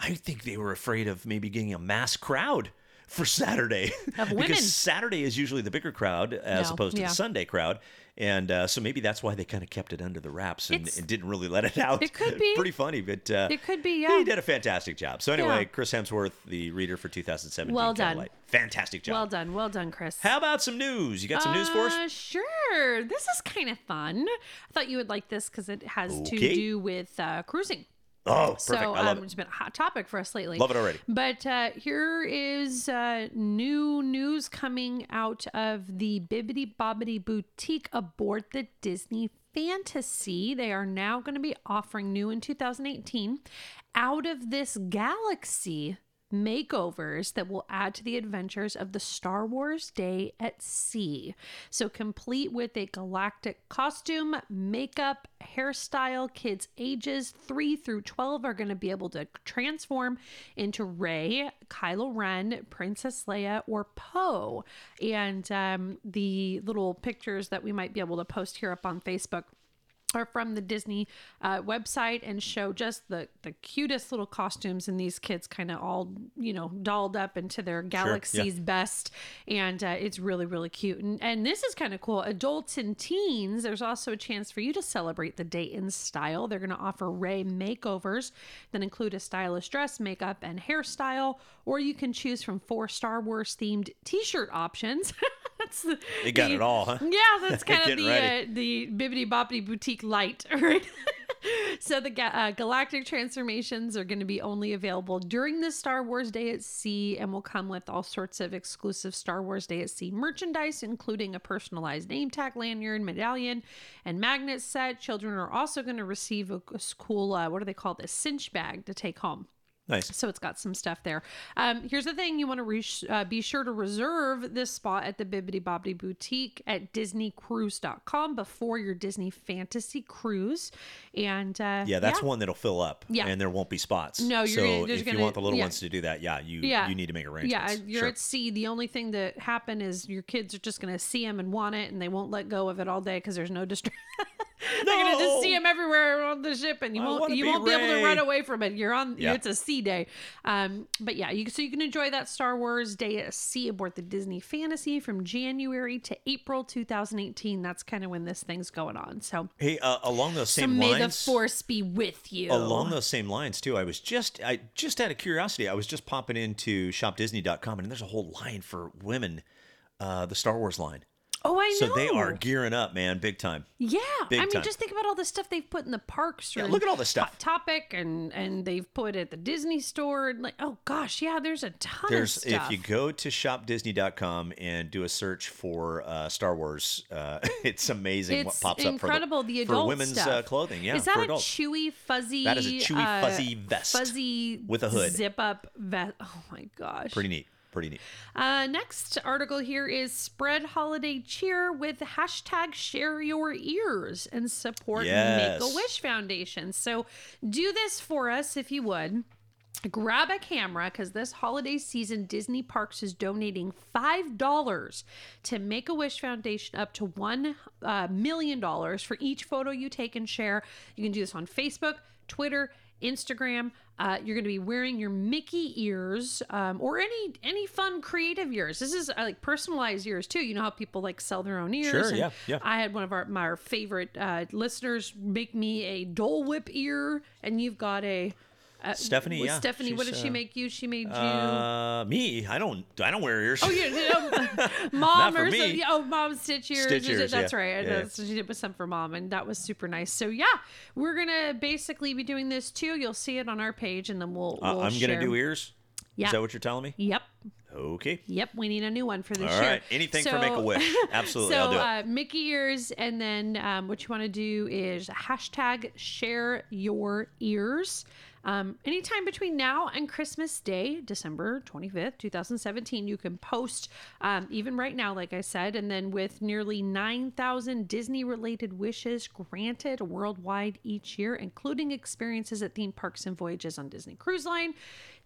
[SPEAKER 2] I think they were afraid of maybe getting a mass crowd for Saturday
[SPEAKER 3] Of
[SPEAKER 2] [LAUGHS]
[SPEAKER 3] women.
[SPEAKER 2] because Saturday is usually the bigger crowd as
[SPEAKER 3] No,
[SPEAKER 2] opposed to
[SPEAKER 3] yeah.
[SPEAKER 2] the Sunday crowd, and uh, so maybe that's why they kind of kept it under the wraps and,
[SPEAKER 3] It's-
[SPEAKER 2] and didn't really let it out.
[SPEAKER 3] it could be.
[SPEAKER 2] [LAUGHS] pretty funny, but uh,
[SPEAKER 3] It could be,
[SPEAKER 2] He
[SPEAKER 3] yeah.
[SPEAKER 2] did a fantastic job. So anyway,
[SPEAKER 3] Yeah.
[SPEAKER 2] Chris Hemsworth, the reader for 2017,
[SPEAKER 3] Well done.
[SPEAKER 2] Candlelight. fantastic job.
[SPEAKER 3] well done, well done, Chris.
[SPEAKER 2] How about some news? You got some news for us?
[SPEAKER 3] Uh, Sure. This is kind of fun. I thought you would like this because it has
[SPEAKER 2] Okay.
[SPEAKER 3] to do with uh, cruising.
[SPEAKER 2] Oh, perfect!
[SPEAKER 3] So
[SPEAKER 2] I love
[SPEAKER 3] um,
[SPEAKER 2] it.
[SPEAKER 3] has been a hot topic for us lately.
[SPEAKER 2] Love it already.
[SPEAKER 3] But uh, here is uh, new news coming out of the Bibbidi Bobbidi Boutique aboard the Disney Fantasy. They are now going to be offering new in 2018 out of this galaxy makeovers that will add to the adventures of the Star Wars Day at Sea. So, complete with a galactic costume, makeup, hairstyle, kids ages 3 through 12 are going to be able to transform into Rey, Kylo Ren, Princess Leia, or Poe. And um, the little pictures that we might be able to post here up on Facebook are from the Disney uh, website and show just the the cutest little costumes and these kids kind of all you know dolled up into their galaxy's best and uh, it's really really cute and and this is kind of cool adults and teens there's also a chance for you to celebrate the day in style they're going to offer Ray makeovers that include a stylish dress makeup and hairstyle or you can choose from four Star Wars themed t-shirt options [LAUGHS] that's the,
[SPEAKER 2] They got
[SPEAKER 3] the-
[SPEAKER 2] it all, huh? [LAUGHS]
[SPEAKER 3] yeah, that's kind of
[SPEAKER 2] Getting
[SPEAKER 3] the
[SPEAKER 2] ready.
[SPEAKER 3] uh, the bibbity boppity boutique light, [LAUGHS] right? So the ga- uh, galactic transformations are going to be only available during the Star Wars Day at Sea and will come with all sorts of exclusive Star Wars Day at Sea merchandise, including a personalized name tag lanyard, medallion, and magnet set. Children are also going to receive a, a cool, uh, what do they call this, cinch bag to take home.
[SPEAKER 2] Nice.
[SPEAKER 3] So it's got some stuff there. Um, here's the thing: you want to re- uh, be sure to reserve this spot at the Bibbidi Bobbidi Boutique at DisneyCruise.com before your Disney Fantasy Cruise. And uh,
[SPEAKER 2] Yeah, that's one that'll fill up.
[SPEAKER 3] Yeah.
[SPEAKER 2] And there won't be spots.
[SPEAKER 3] No, you're
[SPEAKER 2] so
[SPEAKER 3] gonna- there's
[SPEAKER 2] if
[SPEAKER 3] gonna-
[SPEAKER 2] you want the little
[SPEAKER 3] yeah.
[SPEAKER 2] ones to do that, yeah, you
[SPEAKER 3] Yeah.
[SPEAKER 2] you need to make arrangements.
[SPEAKER 3] Yeah, you're
[SPEAKER 2] Sure.
[SPEAKER 3] at sea. The only thing that happened is your kids are just going to see them and want it, and they won't let go of it all day because there's no distraction. They're going to just see
[SPEAKER 2] No!
[SPEAKER 3] them everywhere on the ship, and you
[SPEAKER 2] I
[SPEAKER 3] won't
[SPEAKER 2] wanna
[SPEAKER 3] you
[SPEAKER 2] be
[SPEAKER 3] won't be able to
[SPEAKER 2] Rey.
[SPEAKER 3] run away from it. You're on.
[SPEAKER 2] Yeah.
[SPEAKER 3] It's a sea day. Um, but yeah, you so you can enjoy that Star Wars Day at Sea aboard the Disney Fantasy from January to April 2018. That's kind of when this thing's going on. So.
[SPEAKER 2] Hey, uh, along those
[SPEAKER 3] So
[SPEAKER 2] same
[SPEAKER 3] may
[SPEAKER 2] lines.
[SPEAKER 3] the force be with you.
[SPEAKER 2] Along those same lines too, I was just I just out of curiosity, I was just popping into shopdisney.com and there's a whole line for women, uh, the Star Wars line.
[SPEAKER 3] oh, I
[SPEAKER 2] so
[SPEAKER 3] know.
[SPEAKER 2] they are gearing up, man, big time.
[SPEAKER 3] Yeah,
[SPEAKER 2] Big
[SPEAKER 3] I mean,
[SPEAKER 2] time.
[SPEAKER 3] just think about all the stuff they've put in the parks.
[SPEAKER 2] Yeah,
[SPEAKER 3] and
[SPEAKER 2] look at all this stuff.
[SPEAKER 3] Hot Topic, and and they've put at the Disney store. And like, oh gosh, yeah, there's a ton
[SPEAKER 2] There's
[SPEAKER 3] of stuff.
[SPEAKER 2] if you go to shopdisney.com and do a search for uh, Star Wars, uh, [LAUGHS] it's amazing what
[SPEAKER 3] it's
[SPEAKER 2] pops up for
[SPEAKER 3] incredible the,
[SPEAKER 2] for
[SPEAKER 3] adult
[SPEAKER 2] women's
[SPEAKER 3] stuff.
[SPEAKER 2] uh, clothing. Yeah,
[SPEAKER 3] is that
[SPEAKER 2] for
[SPEAKER 3] a
[SPEAKER 2] adults.
[SPEAKER 3] chewy fuzzy?
[SPEAKER 2] That is a chewy,
[SPEAKER 3] uh,
[SPEAKER 2] fuzzy vest
[SPEAKER 3] fuzzy
[SPEAKER 2] with a hood.
[SPEAKER 3] zip up vest. Oh my gosh,
[SPEAKER 2] Pretty neat. Pretty neat.
[SPEAKER 3] Uh, next article here is spread holiday cheer with hashtag share your ears and support
[SPEAKER 2] Yes.
[SPEAKER 3] Make a Wish Foundation. So do this for us if you would. Grab a camera because this holiday season, Disney Parks is donating $5 to Make a Wish Foundation up to $1 uh, million dollars for each photo you take and share. You can do this on Facebook, Twitter, Instagram. Uh, you're going to be wearing your Mickey ears um, or any any fun creative ears. This is uh, like personalized ears too. You know how people like sell their own ears.
[SPEAKER 2] Sure,
[SPEAKER 3] and
[SPEAKER 2] yeah, yeah.
[SPEAKER 3] I had one of our my our favorite uh, listeners make me a Dole Whip ear, and you've got a
[SPEAKER 2] Stephanie, yeah.
[SPEAKER 3] Uh, Stephanie. What did
[SPEAKER 2] she's,
[SPEAKER 3] she
[SPEAKER 2] uh,
[SPEAKER 3] make you? She made you. [LAUGHS]
[SPEAKER 2] Uh, me, I don't, I don't wear ears. [LAUGHS]
[SPEAKER 3] Oh, yeah, yeah, um, mom
[SPEAKER 2] for
[SPEAKER 3] or
[SPEAKER 2] me.
[SPEAKER 3] something. Oh, mom stitch ears.
[SPEAKER 2] Stitch
[SPEAKER 3] She did-
[SPEAKER 2] ears,
[SPEAKER 3] That's
[SPEAKER 2] yeah.
[SPEAKER 3] right.
[SPEAKER 2] Yeah,
[SPEAKER 3] And
[SPEAKER 2] yeah.
[SPEAKER 3] that's what she did with some for mom, and that was super nice. So yeah, we're gonna basically be doing this too. You'll see it on our page, and then we'll.
[SPEAKER 2] Uh,
[SPEAKER 3] we'll
[SPEAKER 2] I'm
[SPEAKER 3] share.
[SPEAKER 2] gonna do ears.
[SPEAKER 3] Yeah.
[SPEAKER 2] Is that what you're telling me?
[SPEAKER 3] Yep,
[SPEAKER 2] Okay.
[SPEAKER 3] yep. We need a new one for
[SPEAKER 2] All
[SPEAKER 3] this
[SPEAKER 2] right.
[SPEAKER 3] year.
[SPEAKER 2] Anything
[SPEAKER 3] So-
[SPEAKER 2] for Make a
[SPEAKER 3] [LAUGHS]
[SPEAKER 2] Wish. Absolutely,
[SPEAKER 3] so
[SPEAKER 2] I'll do it.
[SPEAKER 3] uh, Mickey ears, and then um, what you want to do is hashtag share your ears. Um, anytime between now and Christmas Day, December 25th, 2017, you can post, um, even right now, like I said. And then with nearly 9,000 Disney related wishes granted worldwide each year, including experiences at theme parks and voyages on Disney Cruise Line,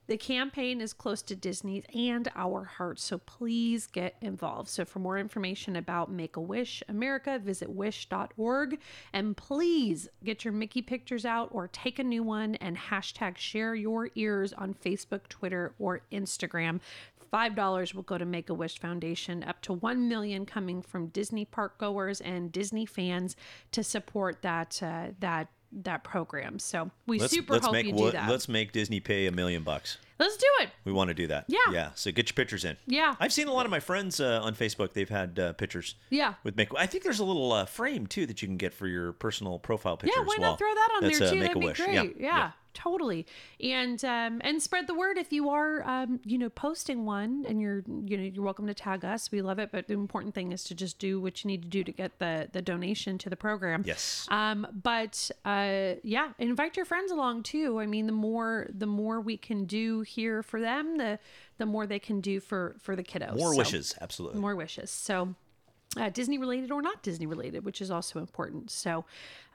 [SPEAKER 3] the campaign is close to Disney's and our hearts, so please get involved. So, for more information about Make a Wish America, visit wish.org and please get your Mickey pictures out or take a new one and hashtag share your ears on Facebook, Twitter, or Instagram. $5 will go to Make a Wish Foundation, up to 1 million coming from Disney park goers and Disney fans to support that uh, that that program. So, we
[SPEAKER 2] Let's
[SPEAKER 3] super
[SPEAKER 2] let's
[SPEAKER 3] hope
[SPEAKER 2] make
[SPEAKER 3] you
[SPEAKER 2] wo-
[SPEAKER 3] do that.
[SPEAKER 2] let's make Disney pay a million bucks.
[SPEAKER 3] let's do it.
[SPEAKER 2] We want to do that.
[SPEAKER 3] Yeah.
[SPEAKER 2] Yeah. So get your pictures in.
[SPEAKER 3] Yeah.
[SPEAKER 2] I've seen a lot of my friends uh, on Facebook. They've had uh, pictures.
[SPEAKER 3] Yeah.
[SPEAKER 2] With make. I think there's a little uh, frame too that you can get for your personal profile picture.
[SPEAKER 3] Yeah, why
[SPEAKER 2] as well.
[SPEAKER 3] not throw that on
[SPEAKER 2] That's,
[SPEAKER 3] there
[SPEAKER 2] uh,
[SPEAKER 3] too? That'd be
[SPEAKER 2] Make-A-Wish.
[SPEAKER 3] great. Yeah,
[SPEAKER 2] Yeah. yeah.
[SPEAKER 3] totally. And um, and spread the word if you are um, you know posting one, and you're you know you're welcome to tag us. We love it, but the important thing is to just do what you need to do to get the the donation to the program.
[SPEAKER 2] Yes.
[SPEAKER 3] Um, but uh, yeah, invite your friends along too. I mean, the more the more we can do here for them, the the more they can do for for the kiddos.
[SPEAKER 2] More
[SPEAKER 3] So-
[SPEAKER 2] wishes. Absolutely.
[SPEAKER 3] more wishes. So, uh, Disney related or not Disney related, which is also important. So,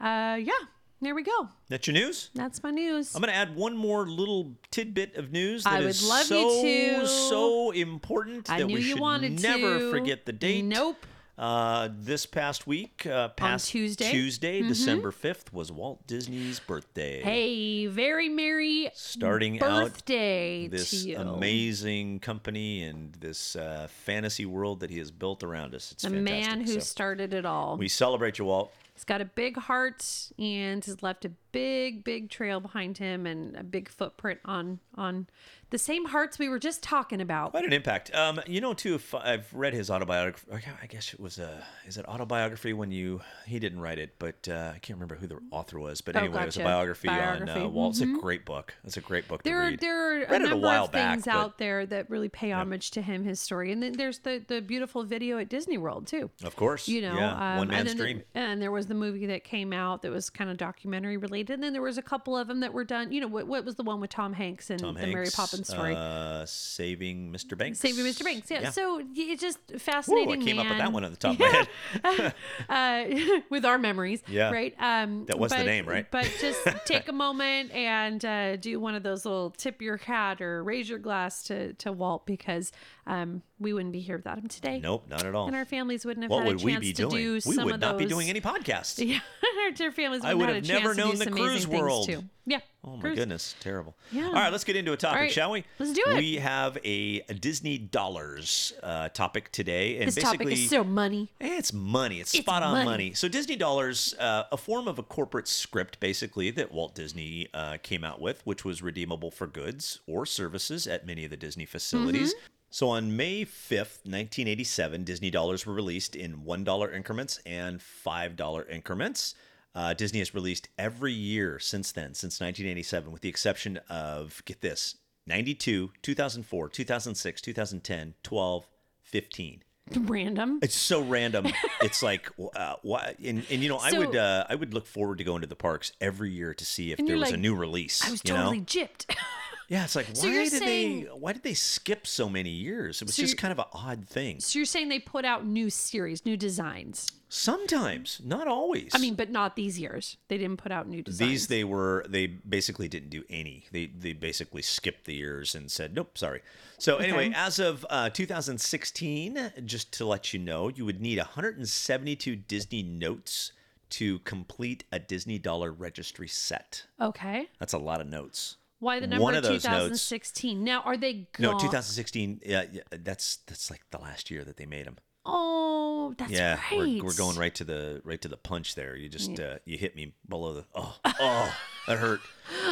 [SPEAKER 3] uh, yeah, there we go.
[SPEAKER 2] That's your news.
[SPEAKER 3] That's my news.
[SPEAKER 2] I'm going to add one more little tidbit of news that
[SPEAKER 3] I would
[SPEAKER 2] is
[SPEAKER 3] love you
[SPEAKER 2] so
[SPEAKER 3] to.
[SPEAKER 2] so important
[SPEAKER 3] I
[SPEAKER 2] that
[SPEAKER 3] knew
[SPEAKER 2] we
[SPEAKER 3] you
[SPEAKER 2] should
[SPEAKER 3] wanted
[SPEAKER 2] never
[SPEAKER 3] to.
[SPEAKER 2] forget the date.
[SPEAKER 3] Nope.
[SPEAKER 2] Uh, this past week, uh, past
[SPEAKER 3] Tuesday? Mm-hmm.
[SPEAKER 2] Tuesday, December 5th, was Walt Disney's birthday.
[SPEAKER 3] hey, very merry
[SPEAKER 2] starting
[SPEAKER 3] birthday
[SPEAKER 2] out this
[SPEAKER 3] to you.
[SPEAKER 2] amazing company and this uh, fantasy world that he has built around us. It's
[SPEAKER 3] the
[SPEAKER 2] fantastic.
[SPEAKER 3] man who
[SPEAKER 2] So
[SPEAKER 3] started it all.
[SPEAKER 2] we celebrate you, Walt.
[SPEAKER 3] He's got a big heart and has left a big, big trail behind him and a big footprint on on the same hearts we were just talking about.
[SPEAKER 2] Quite an impact. Um, you know, too, if I've read his autobiography. or, yeah, I guess it was a is it autobiography when you he didn't write it, but uh, I can't remember who the author was. But
[SPEAKER 3] Oh,
[SPEAKER 2] anyway, it was a
[SPEAKER 3] gotcha.
[SPEAKER 2] biography, on
[SPEAKER 3] Biography. Mm-hmm.
[SPEAKER 2] uh, Walt. It's a great book. It's a great book
[SPEAKER 3] There
[SPEAKER 2] to
[SPEAKER 3] are
[SPEAKER 2] read.
[SPEAKER 3] there are a
[SPEAKER 2] Read it a
[SPEAKER 3] number
[SPEAKER 2] while
[SPEAKER 3] of things
[SPEAKER 2] back,
[SPEAKER 3] out there that really pay homage to him, his story, and then there's the the beautiful video at Disney World too.
[SPEAKER 2] Of course,
[SPEAKER 3] You know,
[SPEAKER 2] yeah,
[SPEAKER 3] um,
[SPEAKER 2] one
[SPEAKER 3] and
[SPEAKER 2] man's
[SPEAKER 3] then
[SPEAKER 2] dream.
[SPEAKER 3] The, and there was the movie that came out that was kind of documentary related. And then there was a couple of them that were done. You know, what, what was the one with Tom Hanks and
[SPEAKER 2] Tom
[SPEAKER 3] the
[SPEAKER 2] Hanks,
[SPEAKER 3] Mary Poppins story?
[SPEAKER 2] Uh, saving Mr. Banks.
[SPEAKER 3] Saving Mr. Banks. Yeah. So y- it's just
[SPEAKER 2] Woo,
[SPEAKER 3] fascinating.
[SPEAKER 2] I came
[SPEAKER 3] man.
[SPEAKER 2] up with that one
[SPEAKER 3] [LAUGHS]
[SPEAKER 2] on the top of my head.
[SPEAKER 3] uh, [LAUGHS] with our memories.
[SPEAKER 2] Yeah.
[SPEAKER 3] Right. Um,
[SPEAKER 2] That was the
[SPEAKER 3] but-
[SPEAKER 2] name, right?
[SPEAKER 3] But
[SPEAKER 2] [LAUGHS]
[SPEAKER 3] just take a moment and uh, do one of those little tip your hat or raise your glass to, to Walt because um, we wouldn't be here without him today.
[SPEAKER 2] Nope, not at all.
[SPEAKER 3] And our families wouldn't have
[SPEAKER 2] what
[SPEAKER 3] had
[SPEAKER 2] would
[SPEAKER 3] a
[SPEAKER 2] we
[SPEAKER 3] chance
[SPEAKER 2] be
[SPEAKER 3] to
[SPEAKER 2] doing?
[SPEAKER 3] do
[SPEAKER 2] we
[SPEAKER 3] some
[SPEAKER 2] would
[SPEAKER 3] of
[SPEAKER 2] not
[SPEAKER 3] those.
[SPEAKER 2] be doing any podcasts.
[SPEAKER 3] [LAUGHS] Yeah, our dear families.
[SPEAKER 2] I
[SPEAKER 3] wouldn't
[SPEAKER 2] would
[SPEAKER 3] had
[SPEAKER 2] have never
[SPEAKER 3] a chance to do
[SPEAKER 2] known the
[SPEAKER 3] some amazing
[SPEAKER 2] cruise
[SPEAKER 3] things,
[SPEAKER 2] world.
[SPEAKER 3] Too. Yeah.
[SPEAKER 2] Oh my
[SPEAKER 3] cruise.
[SPEAKER 2] goodness, terrible.
[SPEAKER 3] Yeah.
[SPEAKER 2] All right, let's get into a topic,
[SPEAKER 3] right,
[SPEAKER 2] shall we?
[SPEAKER 3] let's do it.
[SPEAKER 2] We have a, a Disney dollars uh, topic today, and
[SPEAKER 3] This
[SPEAKER 2] basically
[SPEAKER 3] topic is so money. [LAUGHS]
[SPEAKER 2] Eh, It's money. It's, spot on money.
[SPEAKER 3] money.
[SPEAKER 2] So Disney dollars, uh, a form of a corporate script, basically that Walt Disney uh, came out with, which was redeemable for goods or services at many of the Disney facilities. So on May 5th, 1987, Disney dollars were released in $1 increments and $5 increments. Uh, Disney has released every year since then, since 1987, with the exception of, get this, 92, 2004, 2006, 2010, 12, 15.
[SPEAKER 3] Random.
[SPEAKER 2] It's so random. it's like uh, why? And, and you know, I
[SPEAKER 3] So-
[SPEAKER 2] would uh, I would look forward to going to the parks every year to see if
[SPEAKER 3] And
[SPEAKER 2] there
[SPEAKER 3] you're
[SPEAKER 2] was a
[SPEAKER 3] like,
[SPEAKER 2] new release.
[SPEAKER 3] I was
[SPEAKER 2] you
[SPEAKER 3] totally
[SPEAKER 2] know?
[SPEAKER 3] gypped. [LAUGHS]
[SPEAKER 2] yeah. It's like why
[SPEAKER 3] you're
[SPEAKER 2] did
[SPEAKER 3] saying-
[SPEAKER 2] they why did they skip so many years? It was
[SPEAKER 3] So
[SPEAKER 2] just
[SPEAKER 3] you're-
[SPEAKER 2] kind of an odd thing.
[SPEAKER 3] so you're saying they put out new series, new designs.
[SPEAKER 2] Sometimes, not always.
[SPEAKER 3] I mean, but not these years. They didn't put out new designs.
[SPEAKER 2] These they were they basically didn't do any. They they basically skipped the years and said nope, sorry. So anyway, as of uh, 2016, just to let you know, you would need 172 Disney notes to complete a Disney dollar registry set.
[SPEAKER 3] Okay.
[SPEAKER 2] That's a lot of notes.
[SPEAKER 3] Why the number
[SPEAKER 2] One of those notes.
[SPEAKER 3] 2016? Now, are they gone?
[SPEAKER 2] No, 2016. Yeah, yeah, that's that's like the last year that they made them.
[SPEAKER 3] Oh, that's
[SPEAKER 2] yeah,
[SPEAKER 3] right.
[SPEAKER 2] we're, we're going right to the right to the punch there. You just uh, you hit me below the oh oh that hurt.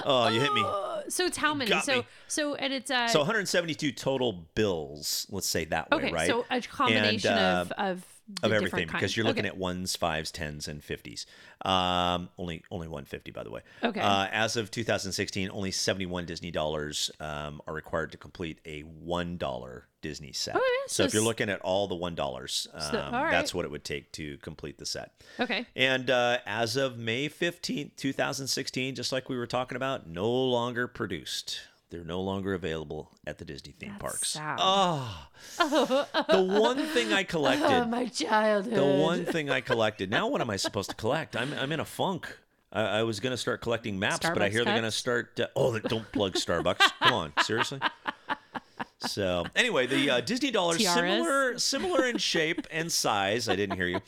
[SPEAKER 2] Oh, you hit me.
[SPEAKER 3] Uh, So it's how many?
[SPEAKER 2] got
[SPEAKER 3] so
[SPEAKER 2] me.
[SPEAKER 3] so and it's uh
[SPEAKER 2] So 172 total bills, let's say that way,
[SPEAKER 3] okay.
[SPEAKER 2] right?
[SPEAKER 3] So a combination
[SPEAKER 2] And,
[SPEAKER 3] of
[SPEAKER 2] uh,
[SPEAKER 3] of the
[SPEAKER 2] of
[SPEAKER 3] different
[SPEAKER 2] everything because
[SPEAKER 3] kinds.
[SPEAKER 2] you're looking
[SPEAKER 3] Okay.
[SPEAKER 2] at ones, fives, tens, and fifties. Um, only only 150 by the way.
[SPEAKER 3] Okay.
[SPEAKER 2] Uh, as of 2016, only 71 Disney dollars um, are required to complete a one dollar Disney set.
[SPEAKER 3] Oh, yeah,
[SPEAKER 2] so,
[SPEAKER 3] so
[SPEAKER 2] if you're
[SPEAKER 3] s-
[SPEAKER 2] looking at all the one dollars, um,
[SPEAKER 3] So- all right.
[SPEAKER 2] that's what it would take to complete the set.
[SPEAKER 3] Okay.
[SPEAKER 2] And uh, as of May 15th, 2016, just like we were talking about, no longer produced. They're no longer available at the Disney theme parks.
[SPEAKER 3] sad.
[SPEAKER 2] Ah. the one thing I collected.
[SPEAKER 3] Uh, my childhood.
[SPEAKER 2] the one thing I collected. Now what am I supposed to collect? I'm I'm in a funk. I, I was gonna start collecting maps, but I
[SPEAKER 3] Starbucks
[SPEAKER 2] hear they're gonna
[SPEAKER 3] cups?
[SPEAKER 2] start. Uh, oh, don't plug Starbucks. Come on, seriously. So anyway, the uh, Disney dollars
[SPEAKER 3] Tiaras.
[SPEAKER 2] similar similar in shape and size. I didn't hear you,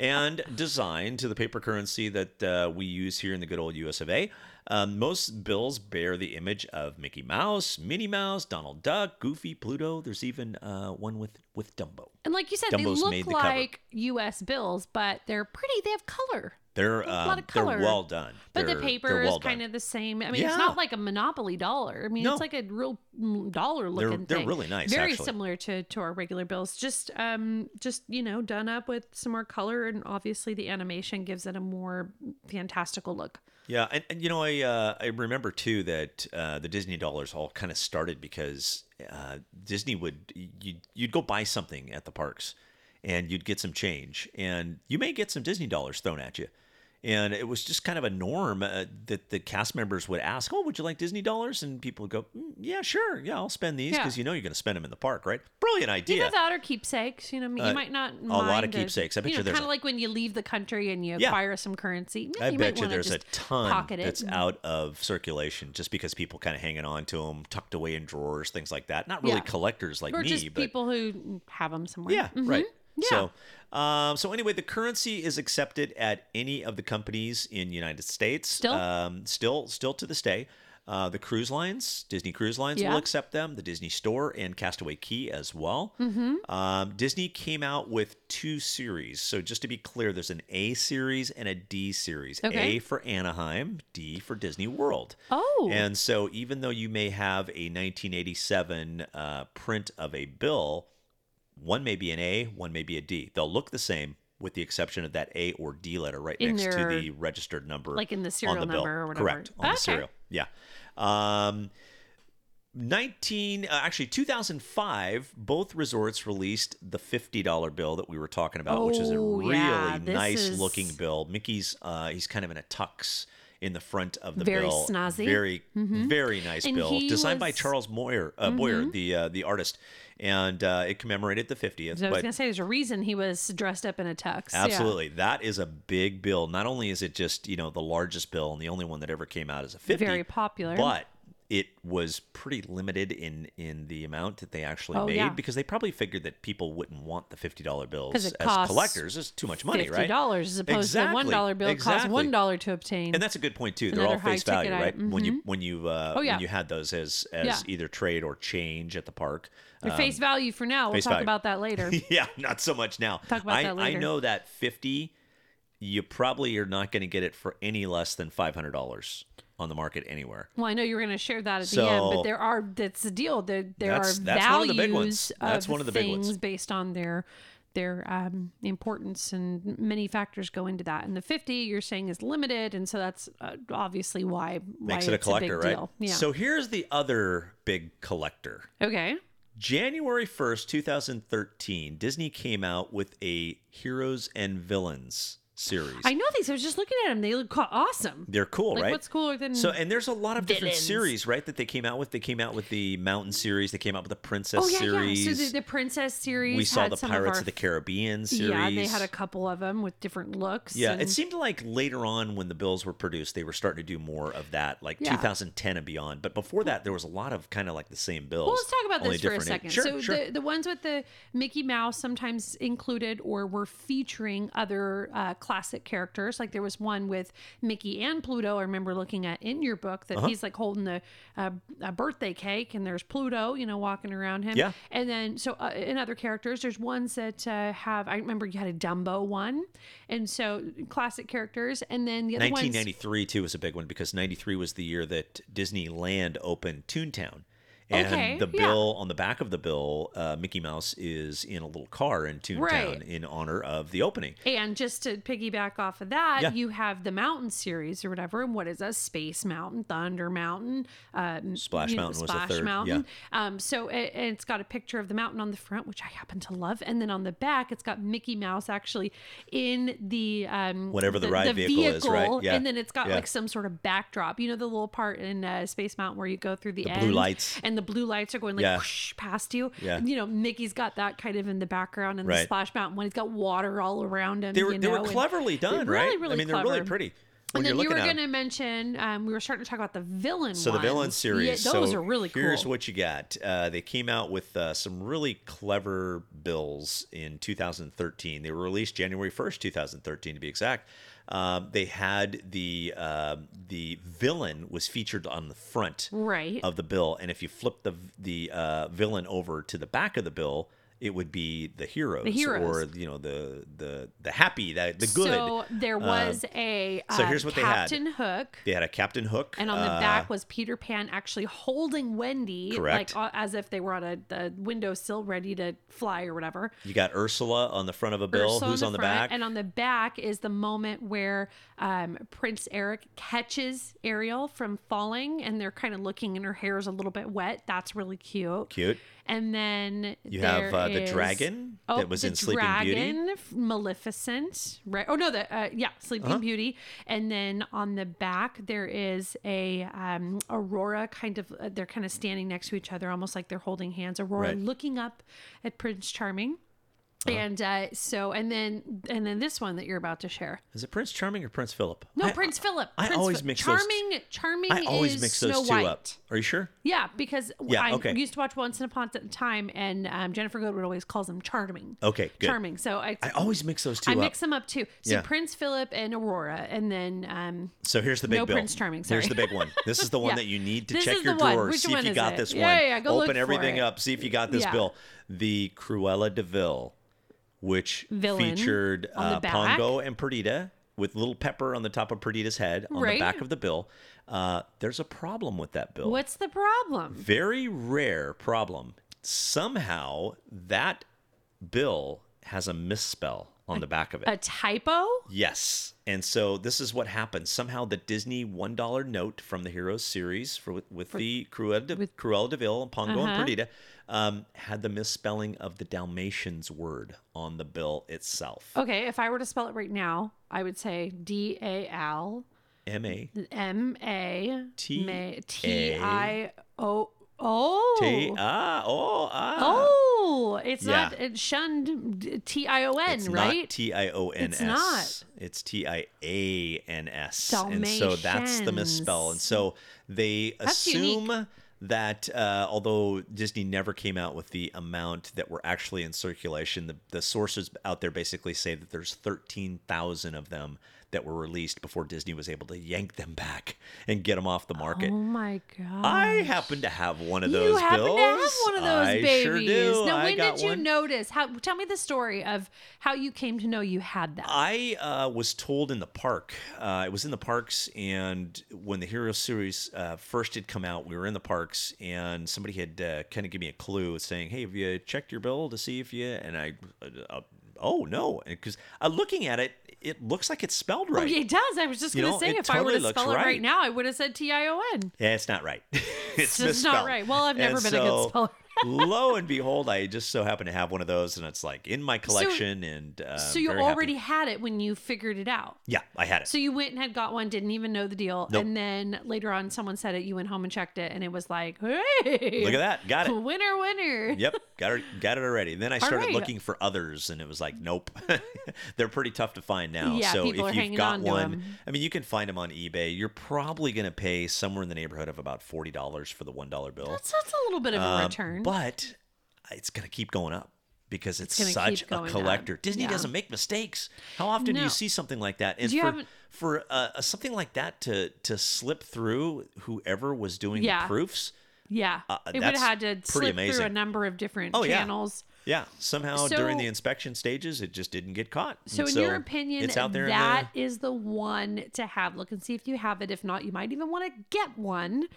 [SPEAKER 2] and design to the paper currency that uh, we use here in the good old U.S. of A. Um, most bills bear the image of Mickey Mouse, Minnie Mouse, Donald Duck, Goofy, Pluto. There's even uh, one with with Dumbo.
[SPEAKER 3] And like you said,
[SPEAKER 2] Dumbo's
[SPEAKER 3] they
[SPEAKER 2] made
[SPEAKER 3] look
[SPEAKER 2] the cover.
[SPEAKER 3] like U.S. bills, but they're pretty. They have color.
[SPEAKER 2] They're
[SPEAKER 3] There's a lot
[SPEAKER 2] um,
[SPEAKER 3] of
[SPEAKER 2] they're
[SPEAKER 3] color.
[SPEAKER 2] well done.
[SPEAKER 3] But
[SPEAKER 2] They're-
[SPEAKER 3] the
[SPEAKER 2] they're
[SPEAKER 3] paper
[SPEAKER 2] well
[SPEAKER 3] is kind
[SPEAKER 2] done.
[SPEAKER 3] of the same. I mean,
[SPEAKER 2] Yeah.
[SPEAKER 3] it's not like a monopoly dollar. I mean,
[SPEAKER 2] No.
[SPEAKER 3] it's like a real dollar looking
[SPEAKER 2] They're-
[SPEAKER 3] thing.
[SPEAKER 2] they're really nice,
[SPEAKER 3] Very
[SPEAKER 2] actually.
[SPEAKER 3] similar to to our regular bills. Just um, just you know, done up with some more color, and obviously the animation gives it a more fantastical look.
[SPEAKER 2] yeah, and, and you know I uh, I remember too that uh, the Disney dollars all kind of started because uh, Disney would you'd, you'd go buy something at the parks and you'd get some change and you may get some Disney dollars thrown at you. And it was just kind of a norm uh, that the cast members would ask, "Oh, would you like Disney dollars?" And people would go, "Mm, "Yeah, sure. Yeah, I'll spend these
[SPEAKER 3] Yeah.
[SPEAKER 2] because you know you're going to spend them in the park, right?" Brilliant idea.
[SPEAKER 3] You know that or keepsakes. You know, you
[SPEAKER 2] Uh,
[SPEAKER 3] might not.
[SPEAKER 2] a lot of
[SPEAKER 3] mind
[SPEAKER 2] keepsakes. I bet
[SPEAKER 3] you
[SPEAKER 2] you
[SPEAKER 3] know,
[SPEAKER 2] there's
[SPEAKER 3] kind
[SPEAKER 2] a-
[SPEAKER 3] of like when you leave the country and you
[SPEAKER 2] Yeah.
[SPEAKER 3] acquire some currency.
[SPEAKER 2] I
[SPEAKER 3] might
[SPEAKER 2] bet you
[SPEAKER 3] wanna
[SPEAKER 2] there's a
[SPEAKER 3] just
[SPEAKER 2] ton
[SPEAKER 3] pocket it
[SPEAKER 2] that's
[SPEAKER 3] and-
[SPEAKER 2] out of circulation just because people kind of hanging on to them, tucked away in drawers, things like that. Not really
[SPEAKER 3] Yeah.
[SPEAKER 2] collectors like
[SPEAKER 3] or
[SPEAKER 2] me,
[SPEAKER 3] just
[SPEAKER 2] but
[SPEAKER 3] people who have them somewhere.
[SPEAKER 2] yeah,
[SPEAKER 3] Mhm.
[SPEAKER 2] right.
[SPEAKER 3] Yeah.
[SPEAKER 2] So, um, so anyway, the currency is accepted at any of the companies in United States.
[SPEAKER 3] Still?
[SPEAKER 2] um, still, still to this day. Uh, the cruise lines, Disney Cruise Lines
[SPEAKER 3] Yeah.
[SPEAKER 2] will accept them, the Disney Store, and Castaway Key as well.
[SPEAKER 3] Mm-hmm.
[SPEAKER 2] Um, Disney came out with two series. So, just to be clear, there's an A series and a D series.
[SPEAKER 3] Okay.
[SPEAKER 2] A for Anaheim, D for Disney World.
[SPEAKER 3] Oh.
[SPEAKER 2] And so, even though you may have a 1987 uh, print of a bill, one may be an A, one may be a D. They'll look the same, with the exception of that A or D letter right
[SPEAKER 3] In
[SPEAKER 2] next
[SPEAKER 3] their-
[SPEAKER 2] to the registered number,
[SPEAKER 3] like in the
[SPEAKER 2] on
[SPEAKER 3] serial
[SPEAKER 2] bill.
[SPEAKER 3] number or whatever.
[SPEAKER 2] Correct on
[SPEAKER 3] Okay.
[SPEAKER 2] the serial. Yeah. Um, 19 uh, actually 2005 both resorts released the $50 bill that we were talking about which is a
[SPEAKER 3] Oh,
[SPEAKER 2] really
[SPEAKER 3] yeah, this
[SPEAKER 2] nice looking
[SPEAKER 3] is-
[SPEAKER 2] bill mickey's uh he's kind of in a tux in the front of the
[SPEAKER 3] Very
[SPEAKER 2] bill
[SPEAKER 3] snazzy. Mm-hmm.
[SPEAKER 2] very very nice
[SPEAKER 3] And
[SPEAKER 2] bill
[SPEAKER 3] he
[SPEAKER 2] designed by
[SPEAKER 3] was- Mm-hmm.
[SPEAKER 2] charles moyer uh, boyer the uh, the artist and uh, it commemorated the 50th
[SPEAKER 3] So I was
[SPEAKER 2] but
[SPEAKER 3] gonna say there's a reason he was dressed up in a tux. Yeah.
[SPEAKER 2] Absolutely. That is a big bill. Not only is it just, you know, the largest bill and the only one that ever came out as a 50.
[SPEAKER 3] Very popular.
[SPEAKER 2] But it was pretty limited in in the amount that they actually
[SPEAKER 3] Oh,
[SPEAKER 2] made
[SPEAKER 3] yeah.
[SPEAKER 2] because they probably figured that people wouldn't want the $50 bills
[SPEAKER 3] 'Cause
[SPEAKER 2] as
[SPEAKER 3] it costs
[SPEAKER 2] collectors. It's too much money,
[SPEAKER 3] Fifty
[SPEAKER 2] right?
[SPEAKER 3] dollars as opposed to the one dollar bill that costs
[SPEAKER 2] Exactly.
[SPEAKER 3] one dollar to obtain.
[SPEAKER 2] And that's a good point too. They're
[SPEAKER 3] Another
[SPEAKER 2] all face
[SPEAKER 3] high-ticket
[SPEAKER 2] value, right?
[SPEAKER 3] item.
[SPEAKER 2] When you when you uh,
[SPEAKER 3] Oh, yeah.
[SPEAKER 2] when you had those as as
[SPEAKER 3] Yeah.
[SPEAKER 2] either trade or change at the park. [LAUGHS]
[SPEAKER 3] Your face value for now. We'll
[SPEAKER 2] um, face
[SPEAKER 3] talk
[SPEAKER 2] value.
[SPEAKER 3] about that later.
[SPEAKER 2] [LAUGHS] yeah, not so much now.
[SPEAKER 3] Talk about
[SPEAKER 2] I,
[SPEAKER 3] that
[SPEAKER 2] I
[SPEAKER 3] later.
[SPEAKER 2] know that fifty, you probably are not going to get it for any less than five hundred dollars on the market anywhere.
[SPEAKER 3] well, I know you were going to share that at the end, but
[SPEAKER 2] So-
[SPEAKER 3] there are that's the deal. There there
[SPEAKER 2] That's-
[SPEAKER 3] are
[SPEAKER 2] that's one of
[SPEAKER 3] values
[SPEAKER 2] the big ones. That's
[SPEAKER 3] of
[SPEAKER 2] one of the big
[SPEAKER 3] things
[SPEAKER 2] ones.
[SPEAKER 3] based on their their um, importance and many factors go into that. And the fifty you're saying is limited, and so that's uh, obviously why
[SPEAKER 2] Makes
[SPEAKER 3] why
[SPEAKER 2] it a
[SPEAKER 3] it's
[SPEAKER 2] collector,
[SPEAKER 3] big
[SPEAKER 2] right?
[SPEAKER 3] Deal. Yeah.
[SPEAKER 2] So here's the other big collector.
[SPEAKER 3] okay.
[SPEAKER 2] January 1st, 2013, Disney came out with a Heroes and Villains series.
[SPEAKER 3] I know these. I was just looking at them. They look co- awesome.
[SPEAKER 2] They're cool,
[SPEAKER 3] Like,
[SPEAKER 2] right?
[SPEAKER 3] what's cooler than
[SPEAKER 2] so? And there's a lot of different
[SPEAKER 3] Mm. villains?
[SPEAKER 2] series, right? That they came out with. They came out with the Mountain series. They came out with the Princess
[SPEAKER 3] Oh yeah,
[SPEAKER 2] series.
[SPEAKER 3] yeah. So the, the princess series.
[SPEAKER 2] we saw
[SPEAKER 3] had
[SPEAKER 2] the
[SPEAKER 3] some
[SPEAKER 2] Pirates
[SPEAKER 3] our
[SPEAKER 2] of, the Caribbean series.
[SPEAKER 3] Yeah, they had a couple of them with different looks.
[SPEAKER 2] Yeah,
[SPEAKER 3] and-
[SPEAKER 2] it seemed like later on when the bills were produced, they were starting to do more of that, like
[SPEAKER 3] Yeah.
[SPEAKER 2] 2010 and beyond. But before that, there was a lot of kind of like the same bills.
[SPEAKER 3] well, let's talk about
[SPEAKER 2] only
[SPEAKER 3] this for a
[SPEAKER 2] different
[SPEAKER 3] second.
[SPEAKER 2] names. Sure,
[SPEAKER 3] so
[SPEAKER 2] sure.
[SPEAKER 3] the the ones with the Mickey Mouse sometimes included or were featuring other uh, classic characters. Like there was one with Mickey and Pluto. I remember looking at in your book
[SPEAKER 2] Uh-huh.
[SPEAKER 3] that he's like holding a, a a birthday cake and there's Pluto, you know, walking around him.
[SPEAKER 2] Yeah.
[SPEAKER 3] And then so uh, in other characters, there's ones that uh, have. I remember you had a Dumbo one, and so classic characters. And then the other ones.
[SPEAKER 2] 1993 too was a big one because 93 was the year that Disneyland opened Toontown. And
[SPEAKER 3] Okay,
[SPEAKER 2] the
[SPEAKER 3] yeah.
[SPEAKER 2] bill on the back of the bill, uh, Mickey Mouse is in a little car in Toontown
[SPEAKER 3] Right.
[SPEAKER 2] in honor of the opening.
[SPEAKER 3] And just to piggyback off of that,
[SPEAKER 2] Yeah.
[SPEAKER 3] you have the mountain series or whatever. And what is that? Space Mountain, Thunder Mountain, uh,
[SPEAKER 2] Splash
[SPEAKER 3] you know,
[SPEAKER 2] Mountain was the
[SPEAKER 3] Splash
[SPEAKER 2] third.
[SPEAKER 3] Mountain.
[SPEAKER 2] Yeah.
[SPEAKER 3] Um, so it, and it's got a picture of the mountain on the front, which I happen to love, and then on the back, it's got Mickey Mouse actually in the um,
[SPEAKER 2] Whatever the ride vehicle is, right? Yeah.
[SPEAKER 3] And then it's got
[SPEAKER 2] Yeah.
[SPEAKER 3] like some sort of backdrop. You know the little part in uh, Space Mountain where you go through the,
[SPEAKER 2] blue
[SPEAKER 3] end
[SPEAKER 2] lights.
[SPEAKER 3] and the blue lights are going like
[SPEAKER 2] Yeah.
[SPEAKER 3] whoosh past you.
[SPEAKER 2] Yeah.
[SPEAKER 3] You know Mickey's got that kind of in the background, and the
[SPEAKER 2] Right.
[SPEAKER 3] Splash Mountain one, it's got water all around him.
[SPEAKER 2] They were
[SPEAKER 3] you
[SPEAKER 2] they
[SPEAKER 3] know,
[SPEAKER 2] were
[SPEAKER 3] and
[SPEAKER 2] cleverly
[SPEAKER 3] they're
[SPEAKER 2] done,
[SPEAKER 3] really,
[SPEAKER 2] right?
[SPEAKER 3] Really
[SPEAKER 2] I mean, they're really
[SPEAKER 3] clever.
[SPEAKER 2] pretty. When
[SPEAKER 3] And then
[SPEAKER 2] you're
[SPEAKER 3] you were
[SPEAKER 2] looking at
[SPEAKER 3] going
[SPEAKER 2] 'em.
[SPEAKER 3] to mention, um, we were starting to talk about the villain.
[SPEAKER 2] So the villain
[SPEAKER 3] ones.
[SPEAKER 2] series.
[SPEAKER 3] yeah, those
[SPEAKER 2] so
[SPEAKER 3] are really cool.
[SPEAKER 2] Here's what you got. Uh, they came out with uh, some really clever bills in 2013. They were released January 1st, 2013, to be exact. Um, they had the um the villain was featured on the front
[SPEAKER 3] Right.
[SPEAKER 2] of the bill, and if you flip the the uh, villain over to the back of the bill. It would be the heroes,
[SPEAKER 3] heroes.
[SPEAKER 2] or you know the the the happy, the, the good.
[SPEAKER 3] So there
[SPEAKER 2] Uh,
[SPEAKER 3] was a
[SPEAKER 2] so
[SPEAKER 3] um,
[SPEAKER 2] here's what they had.
[SPEAKER 3] Captain Hook.
[SPEAKER 2] they had a Captain Hook,
[SPEAKER 3] And on the
[SPEAKER 2] uh,
[SPEAKER 3] back was Peter Pan actually holding Wendy,
[SPEAKER 2] Correct.
[SPEAKER 3] like a- as if they were on a the windowsill ready to fly or whatever.
[SPEAKER 2] You got Ursula on the front of a bill,
[SPEAKER 3] Ursula
[SPEAKER 2] who's on the,
[SPEAKER 3] front,
[SPEAKER 2] back.
[SPEAKER 3] And on the back is the moment where um, Prince Eric catches Ariel from falling, and they're kind of looking, and her hair is a little bit wet. That's really cute.
[SPEAKER 2] Cute.
[SPEAKER 3] And then
[SPEAKER 2] You have,
[SPEAKER 3] there
[SPEAKER 2] uh, the
[SPEAKER 3] is-
[SPEAKER 2] dragon
[SPEAKER 3] oh,
[SPEAKER 2] that was
[SPEAKER 3] the
[SPEAKER 2] in Sleeping Beauty.
[SPEAKER 3] dragon, F- Maleficent, right? Oh no, the uh, yeah, Sleeping
[SPEAKER 2] Uh-huh.
[SPEAKER 3] Beauty. And then on the back there is a um, Aurora kind of. Uh, they're kind of standing next to each other, almost like they're holding hands. Aurora
[SPEAKER 2] Right.
[SPEAKER 3] looking up at Prince Charming.
[SPEAKER 2] Uh-huh.
[SPEAKER 3] And uh, so, and then, and then this one that you're about to share.
[SPEAKER 2] Is it Prince Charming or Prince Philip?
[SPEAKER 3] No,
[SPEAKER 2] I-
[SPEAKER 3] Prince Philip.
[SPEAKER 2] I
[SPEAKER 3] Prince
[SPEAKER 2] always
[SPEAKER 3] Phil-
[SPEAKER 2] mix those-
[SPEAKER 3] charming. Charming.
[SPEAKER 2] I always
[SPEAKER 3] is
[SPEAKER 2] mix those
[SPEAKER 3] Snow
[SPEAKER 2] two
[SPEAKER 3] White.
[SPEAKER 2] up. Are you sure?
[SPEAKER 3] Yeah, because
[SPEAKER 2] Yeah,
[SPEAKER 3] I
[SPEAKER 2] okay.
[SPEAKER 3] used to watch Once Upon a Time, and um, Jennifer Goodwin always calls them charming.
[SPEAKER 2] Okay, good.
[SPEAKER 3] Charming. So I,
[SPEAKER 2] I always mix those two
[SPEAKER 3] I
[SPEAKER 2] up.
[SPEAKER 3] mix them up too. So
[SPEAKER 2] Yeah.
[SPEAKER 3] Prince Philip and Aurora, and then um,
[SPEAKER 2] So here's the big
[SPEAKER 3] No
[SPEAKER 2] bill.
[SPEAKER 3] Prince Charming,
[SPEAKER 2] Here's the
[SPEAKER 3] sorry.
[SPEAKER 2] big one. This is the one
[SPEAKER 3] [LAUGHS] Yeah.
[SPEAKER 2] that you need to
[SPEAKER 3] This
[SPEAKER 2] check
[SPEAKER 3] is
[SPEAKER 2] your
[SPEAKER 3] the one.
[SPEAKER 2] drawer,
[SPEAKER 3] Which
[SPEAKER 2] see
[SPEAKER 3] one
[SPEAKER 2] if you
[SPEAKER 3] is
[SPEAKER 2] got
[SPEAKER 3] it?
[SPEAKER 2] this
[SPEAKER 3] Yeah,
[SPEAKER 2] one.
[SPEAKER 3] yeah, yeah, go look
[SPEAKER 2] Open
[SPEAKER 3] for
[SPEAKER 2] everything
[SPEAKER 3] it.
[SPEAKER 2] up, see if you got this
[SPEAKER 3] Yeah.
[SPEAKER 2] bill. The Cruella Deville, which
[SPEAKER 3] Villain
[SPEAKER 2] featured
[SPEAKER 3] on the
[SPEAKER 2] uh,
[SPEAKER 3] back.
[SPEAKER 2] Pongo and Perdita with little pepper on the top of Perdita's head on
[SPEAKER 3] Right.
[SPEAKER 2] the back of the bill. Uh, there's a problem with that bill.
[SPEAKER 3] what's the problem?
[SPEAKER 2] Very rare problem. Somehow that bill has a misspell on the back of it.
[SPEAKER 3] A typo?
[SPEAKER 2] Yes. And so this is what happened. Somehow the Disney $1 note from the Heroes series for with, with Uh-huh. the Cruella de, Cruella de Vil, Pongo and Perdita um, had the misspelling of the Dalmatians word on the bill itself.
[SPEAKER 3] Okay, if I were to spell it right now, I would say D A L
[SPEAKER 2] M-A.
[SPEAKER 3] M A
[SPEAKER 2] T
[SPEAKER 3] Ma- T
[SPEAKER 2] A-
[SPEAKER 3] I O O.
[SPEAKER 2] T- ah, oh, ah.
[SPEAKER 3] Oh, it's
[SPEAKER 2] Yeah.
[SPEAKER 3] not it's shunned T I O N,
[SPEAKER 2] It's not
[SPEAKER 3] right?
[SPEAKER 2] T-I-O-N-S.
[SPEAKER 3] It's not.
[SPEAKER 2] It's T-I-A-N-S. And so that's the misspell. And so they
[SPEAKER 3] That's unique.
[SPEAKER 2] assume that uh, although Disney never came out with the amount that were actually in circulation, the, the sources out there basically say that there's 13,000 of them that were released before Disney was able to yank them back and get them off the market.
[SPEAKER 3] oh my god.
[SPEAKER 2] I happen to have one of
[SPEAKER 3] you
[SPEAKER 2] those
[SPEAKER 3] happen
[SPEAKER 2] bills.
[SPEAKER 3] to have one of those
[SPEAKER 2] I
[SPEAKER 3] babies.
[SPEAKER 2] Sure do.
[SPEAKER 3] Now,
[SPEAKER 2] I
[SPEAKER 3] when
[SPEAKER 2] got
[SPEAKER 3] did you
[SPEAKER 2] one.
[SPEAKER 3] notice? How? Tell me the story of how you came to know you had that.
[SPEAKER 2] I uh, was told in the park. Uh, it was in the parks, and when the Hero series uh, first had come out, we were in the parks, and somebody had uh, kind of give me a clue, saying, "Hey, have you checked your bill to see if you?" And I, uh, oh no, because uh, looking at it, it looks like it's spelled right.
[SPEAKER 3] [LAUGHS] It does. I was just
[SPEAKER 2] You
[SPEAKER 3] going
[SPEAKER 2] know,
[SPEAKER 3] to say,
[SPEAKER 2] it
[SPEAKER 3] if I were
[SPEAKER 2] totally
[SPEAKER 3] to
[SPEAKER 2] looks
[SPEAKER 3] spell it
[SPEAKER 2] right.
[SPEAKER 3] right now, I would have said T I O N.
[SPEAKER 2] Yeah, it's not right. [LAUGHS] it's
[SPEAKER 3] just not
[SPEAKER 2] misspelled.
[SPEAKER 3] right. Well, I've never
[SPEAKER 2] And
[SPEAKER 3] been a good
[SPEAKER 2] so,
[SPEAKER 3] speller. [LAUGHS]
[SPEAKER 2] lo and behold, I just so happen to have one of those, and it's like in my collection. and uh,
[SPEAKER 3] So you
[SPEAKER 2] very happy.
[SPEAKER 3] already had it when you figured it out.
[SPEAKER 2] yeah, I had it.
[SPEAKER 3] So you went and had got one, didn't even know the deal,
[SPEAKER 2] Nope.
[SPEAKER 3] and then later on, someone said it. You went home and checked it, and it was like, [LAUGHS] hey,
[SPEAKER 2] Look at that, got it.
[SPEAKER 3] winner, winner.
[SPEAKER 2] yep, got it, got it already. Then I started
[SPEAKER 3] right.
[SPEAKER 2] looking for others, and it was like, nope, [LAUGHS] they're pretty tough to find now.
[SPEAKER 3] Yeah,
[SPEAKER 2] so if
[SPEAKER 3] people are
[SPEAKER 2] you've
[SPEAKER 3] hanging
[SPEAKER 2] got
[SPEAKER 3] on to
[SPEAKER 2] one,
[SPEAKER 3] 'em.
[SPEAKER 2] I mean, you can find them on eBay. You're probably going to pay somewhere in the neighborhood of about forty dollars for the one dollar bill,
[SPEAKER 3] That's, that's a little bit of a
[SPEAKER 2] Um,
[SPEAKER 3] return.
[SPEAKER 2] but it's going to keep going up because it's,
[SPEAKER 3] It's gonna
[SPEAKER 2] such
[SPEAKER 3] keep
[SPEAKER 2] a
[SPEAKER 3] going up.
[SPEAKER 2] collector. Disney
[SPEAKER 3] Yeah.
[SPEAKER 2] doesn't make mistakes. How often do
[SPEAKER 3] No.
[SPEAKER 2] you see something like that? And
[SPEAKER 3] Do you
[SPEAKER 2] for
[SPEAKER 3] haven't-
[SPEAKER 2] for uh, uh, something like that to to slip through, whoever was doing
[SPEAKER 3] Yeah.
[SPEAKER 2] the proofs.
[SPEAKER 3] yeah,
[SPEAKER 2] uh,
[SPEAKER 3] it would have
[SPEAKER 2] that's
[SPEAKER 3] had to
[SPEAKER 2] pretty
[SPEAKER 3] slip through a
[SPEAKER 2] amazing.
[SPEAKER 3] number of different
[SPEAKER 2] Oh, yeah.
[SPEAKER 3] channels.
[SPEAKER 2] Yeah, somehow during
[SPEAKER 3] So-
[SPEAKER 2] the inspection stages, it just didn't get caught.
[SPEAKER 3] So, in your opinion, that
[SPEAKER 2] it's
[SPEAKER 3] is
[SPEAKER 2] out there. in the,
[SPEAKER 3] the one to have. Look and see if you have it. If not, you might even want to get one.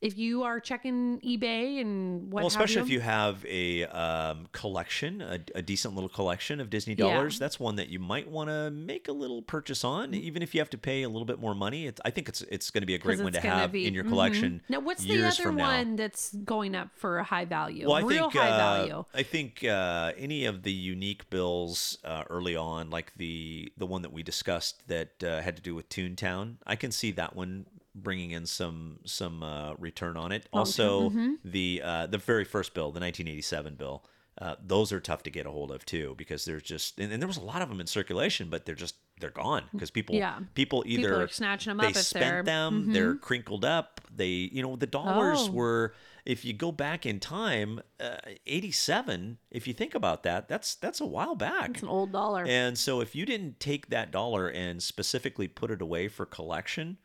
[SPEAKER 3] If you are checking eBay and
[SPEAKER 2] well,
[SPEAKER 3] what, have
[SPEAKER 2] especially if you have a um, collection, a, a decent little collection of Disney dollars, that's one that you might want to make a little purchase on,
[SPEAKER 3] Mm.
[SPEAKER 2] even if you have to pay a little bit more money. It's, I think it's it's going to be a great
[SPEAKER 3] 'Cause
[SPEAKER 2] one to
[SPEAKER 3] it's gonna
[SPEAKER 2] have
[SPEAKER 3] be-
[SPEAKER 2] in your
[SPEAKER 3] mhm.
[SPEAKER 2] collection.
[SPEAKER 3] Now, what's the
[SPEAKER 2] years
[SPEAKER 3] other
[SPEAKER 2] from now.
[SPEAKER 3] one that's going up for a high value?
[SPEAKER 2] Well, I
[SPEAKER 3] Real
[SPEAKER 2] think
[SPEAKER 3] high
[SPEAKER 2] uh,
[SPEAKER 3] value.
[SPEAKER 2] I think uh, any of the unique bills uh, early on, like the the one that we discussed that uh, had to do with Toontown, I can see that one bringing in some some uh, return on it.
[SPEAKER 3] Oh,
[SPEAKER 2] Also,
[SPEAKER 3] Mm-hmm.
[SPEAKER 2] the uh, the very first bill, the 1987 bill. Uh, those are tough to get a hold of too, because there's just and, and there was a lot of them in circulation, but they're just they're gone because people
[SPEAKER 3] Yeah.
[SPEAKER 2] people either
[SPEAKER 3] are snatching 'em
[SPEAKER 2] they
[SPEAKER 3] up if
[SPEAKER 2] spent
[SPEAKER 3] they're- Mm-hmm.
[SPEAKER 2] them, they're crinkled up, they you know the dollars
[SPEAKER 3] Oh.
[SPEAKER 2] were were if you go back in time uh, 87 if you think about that that's that's a while back
[SPEAKER 3] It's an old dollar.
[SPEAKER 2] and so if you didn't take that dollar and specifically put it away for collection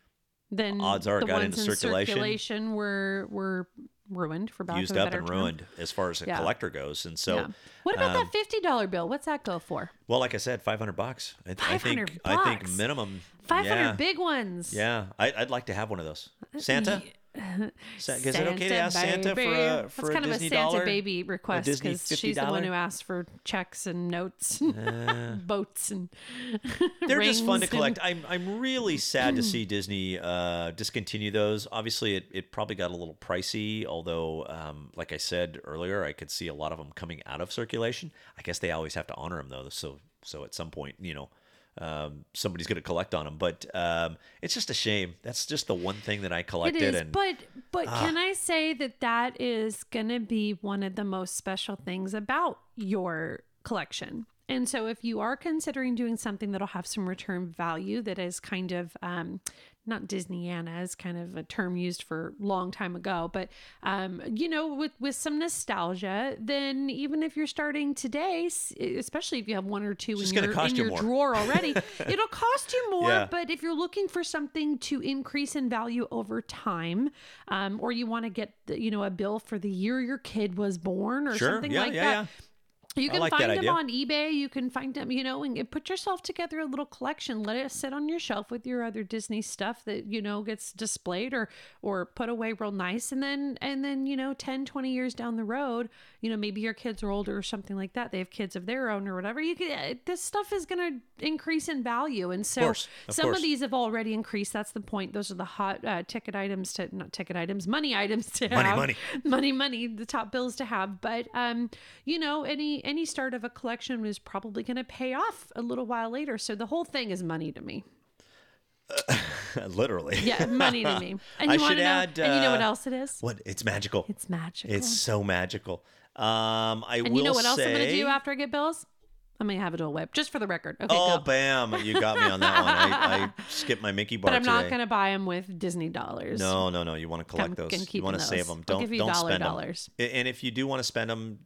[SPEAKER 3] then
[SPEAKER 2] odds are it
[SPEAKER 3] the
[SPEAKER 2] got
[SPEAKER 3] ones
[SPEAKER 2] into
[SPEAKER 3] in
[SPEAKER 2] circulation.
[SPEAKER 3] circulation were were ruined for about
[SPEAKER 2] used up and ruined as far as a
[SPEAKER 3] Yeah.
[SPEAKER 2] collector goes and so um,
[SPEAKER 3] What about that fifty dollar bill? What's that go for?
[SPEAKER 2] well like i said 500 bucks i, th- I think
[SPEAKER 3] 500
[SPEAKER 2] i think
[SPEAKER 3] bucks.
[SPEAKER 2] minimum
[SPEAKER 3] Five hundred Uh,
[SPEAKER 2] yeah,
[SPEAKER 3] big ones.
[SPEAKER 2] yeah I, i'd like to have one of those santa
[SPEAKER 3] [LAUGHS]
[SPEAKER 2] Sa- is it okay to ask santa for
[SPEAKER 3] baby.
[SPEAKER 2] a for
[SPEAKER 3] That's
[SPEAKER 2] a
[SPEAKER 3] kind
[SPEAKER 2] disney
[SPEAKER 3] of a Santa
[SPEAKER 2] dollar
[SPEAKER 3] baby request
[SPEAKER 2] Disney
[SPEAKER 3] because she's the one
[SPEAKER 2] $50?
[SPEAKER 3] who asks for checks and notes, and [LAUGHS] boats, and
[SPEAKER 2] Uh. They're just fun to
[SPEAKER 3] rings
[SPEAKER 2] collect. I'm I'm really sad to see Disney uh, discontinue those. Obviously, it, it probably got a little pricey. Although, um, like I said earlier, I could see a lot of them coming out of circulation. I guess they always have to honor them though. So so at some point, you know, um, somebody's going to collect on them. But um, it's just a shame. That's just the one thing that I
[SPEAKER 3] It
[SPEAKER 2] collected.
[SPEAKER 3] is,
[SPEAKER 2] and Ah.
[SPEAKER 3] but but can I say that that is going to be one of the most special things about your collection And so, if you are considering doing something that'll have some return value, that is kind of um, not Disneyana is kind of a term used for long time ago, but um, you know, with with some nostalgia, then even if you're starting today, s- especially if you have one or two
[SPEAKER 2] just
[SPEAKER 3] in
[SPEAKER 2] gonna
[SPEAKER 3] your,
[SPEAKER 2] cost
[SPEAKER 3] in
[SPEAKER 2] you
[SPEAKER 3] your
[SPEAKER 2] more. [LAUGHS]
[SPEAKER 3] drawer already, it'll cost you more.
[SPEAKER 2] Yeah.
[SPEAKER 3] But if you're looking for something to increase in value over time, um, or you want to get the, you know a bill for the year your kid was born or
[SPEAKER 2] Sure.
[SPEAKER 3] something
[SPEAKER 2] Yeah,
[SPEAKER 3] like
[SPEAKER 2] yeah,
[SPEAKER 3] that.
[SPEAKER 2] yeah.
[SPEAKER 3] You
[SPEAKER 2] I
[SPEAKER 3] can
[SPEAKER 2] like that
[SPEAKER 3] find them
[SPEAKER 2] idea.
[SPEAKER 3] on eBay. You can find them, you know, and get- put yourself together a little collection. Let it sit on your shelf with your other Disney stuff that, you know, gets displayed or or put away real nice. And then and then, you know, 10, 20 years down the road, you know, maybe your kids are older or something like that. They have kids of their own or whatever. You can this stuff is gonna increase in value. And so
[SPEAKER 2] course, of
[SPEAKER 3] some
[SPEAKER 2] course.
[SPEAKER 3] of these have already increased. That's the point. Those are the hot uh, ticket items to not ticket items, money items to
[SPEAKER 2] Money,
[SPEAKER 3] have
[SPEAKER 2] money.
[SPEAKER 3] [LAUGHS] money money the top bills to have but um you know any any start of a collection is probably going to pay off a little while later so the whole thing is money to me
[SPEAKER 2] [LAUGHS] Literally.
[SPEAKER 3] yeah money
[SPEAKER 2] [LAUGHS]
[SPEAKER 3] to me and
[SPEAKER 2] I
[SPEAKER 3] you want
[SPEAKER 2] should
[SPEAKER 3] to know
[SPEAKER 2] add.
[SPEAKER 3] and you know what
[SPEAKER 2] uh,
[SPEAKER 3] else it is
[SPEAKER 2] What? It's magical.
[SPEAKER 3] it's magical
[SPEAKER 2] It's so magical. Um, I
[SPEAKER 3] and
[SPEAKER 2] will
[SPEAKER 3] you know what else i'm going to
[SPEAKER 2] say-
[SPEAKER 3] do after i get bills i'm going to have it all whip just for the record okay
[SPEAKER 2] Oh,
[SPEAKER 3] go.
[SPEAKER 2] bam! You got me on that one.
[SPEAKER 3] [LAUGHS]
[SPEAKER 2] I, I skipped my Mickey bar
[SPEAKER 3] but i'm
[SPEAKER 2] today.
[SPEAKER 3] not going to buy them with disney dollars
[SPEAKER 2] No, no, no. You want to collect
[SPEAKER 3] Come-
[SPEAKER 2] those.
[SPEAKER 3] can keep
[SPEAKER 2] You want to
[SPEAKER 3] those.
[SPEAKER 2] save
[SPEAKER 3] I'll
[SPEAKER 2] them. Don't
[SPEAKER 3] give you
[SPEAKER 2] don't
[SPEAKER 3] dollar
[SPEAKER 2] spend
[SPEAKER 3] dollars.
[SPEAKER 2] them. And if you do want to spend them,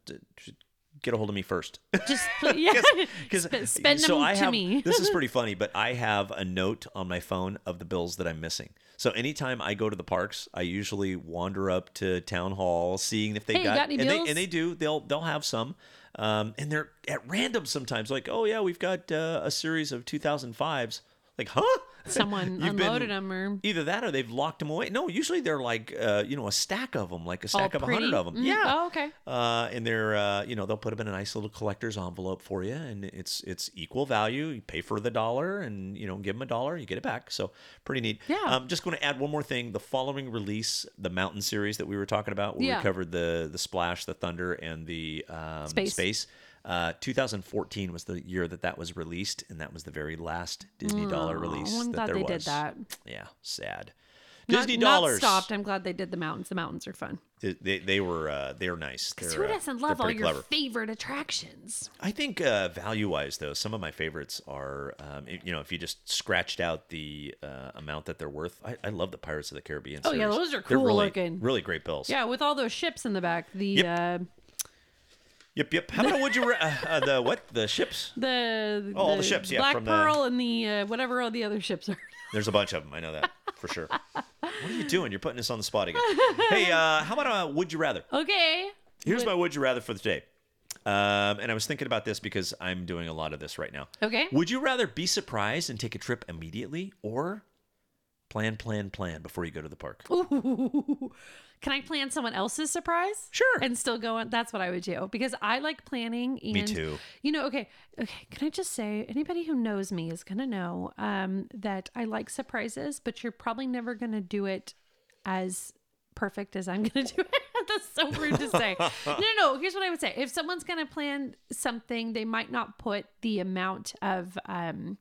[SPEAKER 2] get a hold of me first. [LAUGHS]
[SPEAKER 3] just pl- [LAUGHS] yeah
[SPEAKER 2] Because
[SPEAKER 3] Sp- spend
[SPEAKER 2] so
[SPEAKER 3] them
[SPEAKER 2] I
[SPEAKER 3] to
[SPEAKER 2] have,
[SPEAKER 3] me
[SPEAKER 2] [LAUGHS] this is
[SPEAKER 3] [LAUGHS]
[SPEAKER 2] pretty funny, but I have a note on my phone of the bills that I'm missing. So anytime I go to the parks, I usually wander up to town hall, seeing if they
[SPEAKER 3] Hey, you
[SPEAKER 2] got,
[SPEAKER 3] got any
[SPEAKER 2] and
[SPEAKER 3] bills?
[SPEAKER 2] they and they do. They'll they'll have some. Um, and they're at random sometimes, like, oh yeah, we've got uh, a series of 2005s. Like, huh?
[SPEAKER 3] someone
[SPEAKER 2] You've been-
[SPEAKER 3] unloaded them or
[SPEAKER 2] [LAUGHS] Either that or they've locked them away. No, usually they're like, uh, you know, a stack of them, like a
[SPEAKER 3] all
[SPEAKER 2] stack of a
[SPEAKER 3] pretty.
[SPEAKER 2] hundred of them.
[SPEAKER 3] Mm,
[SPEAKER 2] Yeah.
[SPEAKER 3] oh, okay
[SPEAKER 2] Uh, and they're, uh, you know, they'll put them in a nice little collector's envelope for you, and it's it's equal value. You pay for the dollar, and you know, give them a dollar, you get it back. So pretty neat.
[SPEAKER 3] Yeah.
[SPEAKER 2] Um, just going to add one more thing. The following release, the Mountain series that we were talking about, where
[SPEAKER 3] Yeah.
[SPEAKER 2] we covered the the Splash, the Thunder, and the um,
[SPEAKER 3] Space.
[SPEAKER 2] Uh, 2014 was the year that that was released, and that was the very last Disney dollar release that
[SPEAKER 3] I'm glad
[SPEAKER 2] there
[SPEAKER 3] they
[SPEAKER 2] was.
[SPEAKER 3] did that.
[SPEAKER 2] Yeah, sad.
[SPEAKER 3] Not-
[SPEAKER 2] Disney
[SPEAKER 3] not
[SPEAKER 2] dollars
[SPEAKER 3] stopped i'm glad they did the mountains the mountains are fun
[SPEAKER 2] They, they, they were uh, they were nice. They're,
[SPEAKER 3] who
[SPEAKER 2] uh,
[SPEAKER 3] doesn't
[SPEAKER 2] they're
[SPEAKER 3] love all
[SPEAKER 2] pretty
[SPEAKER 3] your
[SPEAKER 2] clever.
[SPEAKER 3] favorite attractions?
[SPEAKER 2] I think uh, value wise though, some of my favorites are um, if- you know if you just scratched out the uh, amount that they're worth. I, I love the Pirates of the Caribbean.
[SPEAKER 3] Oh, yeah,
[SPEAKER 2] series.
[SPEAKER 3] those are
[SPEAKER 2] They're
[SPEAKER 3] cool
[SPEAKER 2] really,
[SPEAKER 3] looking.
[SPEAKER 2] Really great bills.
[SPEAKER 3] Yeah, with all those ships in the back, the
[SPEAKER 2] Yep.
[SPEAKER 3] uh,
[SPEAKER 2] Yep. Yep. How about would you ra- uh, uh, the what the ships?
[SPEAKER 3] the
[SPEAKER 2] Oh, all the ships, yeah,
[SPEAKER 3] Black
[SPEAKER 2] from the-
[SPEAKER 3] Pearl and the uh, whatever all the other ships are. [LAUGHS]
[SPEAKER 2] There's a bunch of them. I know that for sure. What are you doing? You're putting us on the spot again. Hey, uh, how about uh, would you rather?
[SPEAKER 3] Okay,
[SPEAKER 2] Here's my would you rather for the day. Um, and I was thinking about this because I'm doing a lot of this right now.
[SPEAKER 3] Okay.
[SPEAKER 2] Would you rather be surprised and take a trip immediately or plan, plan, plan before you go to the park?
[SPEAKER 3] Ooh. [LAUGHS] Can I plan someone else's surprise?
[SPEAKER 2] Sure.
[SPEAKER 3] And still go on. That's what I would do because I like planning. And,
[SPEAKER 2] too.
[SPEAKER 3] You know, okay, okay. Can I just say, anybody who knows me is gonna know um, that I like surprises, but you're probably never gonna do it as perfect as I'm [LAUGHS] gonna do it. That's so rude
[SPEAKER 2] [LAUGHS]
[SPEAKER 3] to say. No, no, no. Here's what I would say: if someone's gonna plan something, they might not put the amount of. Um,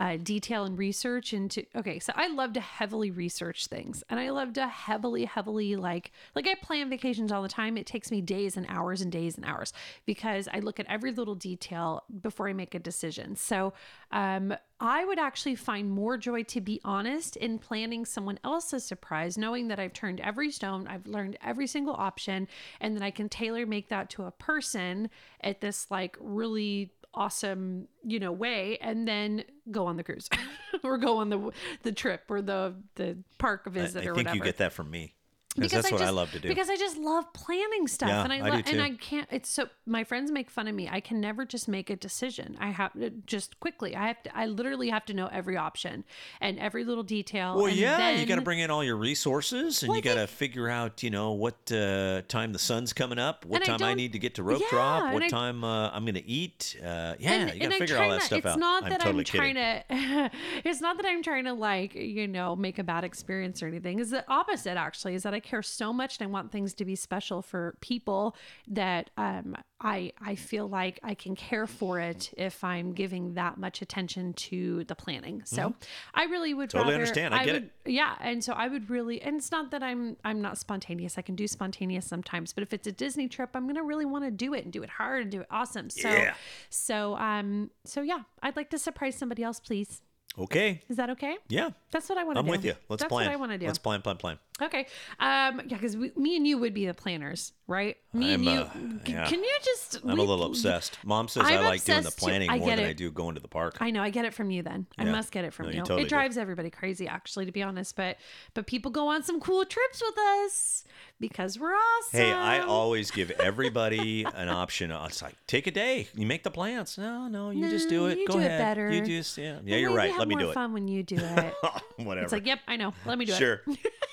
[SPEAKER 3] uh, detail and research into okay so i love to heavily research things and i love to heavily heavily like like i plan vacations all the time it takes me days and hours and days and hours because i look at every little detail before i make a decision so um i would actually find more joy to be honest in planning someone else's surprise knowing that i've turned every stone i've learned every single option and then i can tailor make that to a person at this like really awesome you know way and then go on the cruise [LAUGHS] or go on the the trip or the the park visit
[SPEAKER 2] I
[SPEAKER 3] or
[SPEAKER 2] think
[SPEAKER 3] whatever
[SPEAKER 2] you get that from me. Because that's what
[SPEAKER 3] just,
[SPEAKER 2] I love to do.
[SPEAKER 3] Because I just love planning stuff,
[SPEAKER 2] Yeah,
[SPEAKER 3] and I,
[SPEAKER 2] I do
[SPEAKER 3] love and
[SPEAKER 2] too.
[SPEAKER 3] I can't. It's so my friends make fun of me. I can never just make a decision. I have to just quickly. I have to. I literally have to know every option and every little detail.
[SPEAKER 2] well,
[SPEAKER 3] and
[SPEAKER 2] yeah, you got to
[SPEAKER 3] then-
[SPEAKER 2] bring in all your resources and
[SPEAKER 3] Well,
[SPEAKER 2] you
[SPEAKER 3] I
[SPEAKER 2] got to figure out, you know, what uh, time the sun's coming up, what
[SPEAKER 3] And I
[SPEAKER 2] time I,
[SPEAKER 3] don't-
[SPEAKER 2] need to get to rope
[SPEAKER 3] Yeah,
[SPEAKER 2] drop,
[SPEAKER 3] and
[SPEAKER 2] what
[SPEAKER 3] I-
[SPEAKER 2] time uh, I'm going to eat. Uh, yeah, you got to
[SPEAKER 3] I
[SPEAKER 2] figure
[SPEAKER 3] try
[SPEAKER 2] all that
[SPEAKER 3] not-
[SPEAKER 2] stuff
[SPEAKER 3] it's
[SPEAKER 2] out.
[SPEAKER 3] not
[SPEAKER 2] I'm
[SPEAKER 3] that
[SPEAKER 2] totally
[SPEAKER 3] I'm trying
[SPEAKER 2] kidding.
[SPEAKER 3] to. [LAUGHS] It's not that I'm trying to like you know make a bad experience or anything. It's the opposite actually. Is that I care so much and I want things to be special for people that um, I I feel like I can care for it if I'm giving that much attention to the planning. So I really would
[SPEAKER 2] Mm-hmm. Totally
[SPEAKER 3] rather-
[SPEAKER 2] understand. I get
[SPEAKER 3] would-
[SPEAKER 2] it.
[SPEAKER 3] yeah and so i would really and it's not that i'm i'm not spontaneous i can do spontaneous sometimes but if it's a disney trip i'm gonna really want to do it and do it hard and do it awesome so
[SPEAKER 2] Yeah.
[SPEAKER 3] so um so yeah i'd like to surprise somebody else please
[SPEAKER 2] Okay.
[SPEAKER 3] is that okay
[SPEAKER 2] Yeah.
[SPEAKER 3] that's what i want to
[SPEAKER 2] I'm
[SPEAKER 3] do
[SPEAKER 2] with you. Let's
[SPEAKER 3] that's
[SPEAKER 2] plan.
[SPEAKER 3] what i want to do
[SPEAKER 2] Let's plan, plan, plan.
[SPEAKER 3] okay um yeah because me and you would be the planners right me and
[SPEAKER 2] I'm,
[SPEAKER 3] you
[SPEAKER 2] uh,
[SPEAKER 3] c-
[SPEAKER 2] yeah.
[SPEAKER 3] can you just
[SPEAKER 2] I'm
[SPEAKER 3] we-
[SPEAKER 2] a little obsessed. Mom says i
[SPEAKER 3] I'm
[SPEAKER 2] like doing the
[SPEAKER 3] obsessed too.
[SPEAKER 2] planning
[SPEAKER 3] I
[SPEAKER 2] more
[SPEAKER 3] get
[SPEAKER 2] than
[SPEAKER 3] it.
[SPEAKER 2] I do going to the park.
[SPEAKER 3] I know. I get it from you. Then I
[SPEAKER 2] Yeah.
[SPEAKER 3] must get it from
[SPEAKER 2] No,
[SPEAKER 3] you.
[SPEAKER 2] you totally
[SPEAKER 3] it
[SPEAKER 2] do.
[SPEAKER 3] drives everybody crazy, actually, to be honest. But but people go on some cool trips with us because we're awesome.
[SPEAKER 2] Hey, I always
[SPEAKER 3] [LAUGHS]
[SPEAKER 2] give everybody an option. Uh, It's like take a day. You make the plans. No, no, you just do
[SPEAKER 3] No,
[SPEAKER 2] it.
[SPEAKER 3] you
[SPEAKER 2] Go
[SPEAKER 3] do it
[SPEAKER 2] ahead.
[SPEAKER 3] better.
[SPEAKER 2] You just yeah. Yeah,
[SPEAKER 3] Well,
[SPEAKER 2] you're
[SPEAKER 3] maybe
[SPEAKER 2] right.
[SPEAKER 3] Have
[SPEAKER 2] Let me
[SPEAKER 3] more
[SPEAKER 2] do it.
[SPEAKER 3] fun when you do it.
[SPEAKER 2] [LAUGHS] Whatever.
[SPEAKER 3] it's like, yep, I know. Let me do
[SPEAKER 2] sure.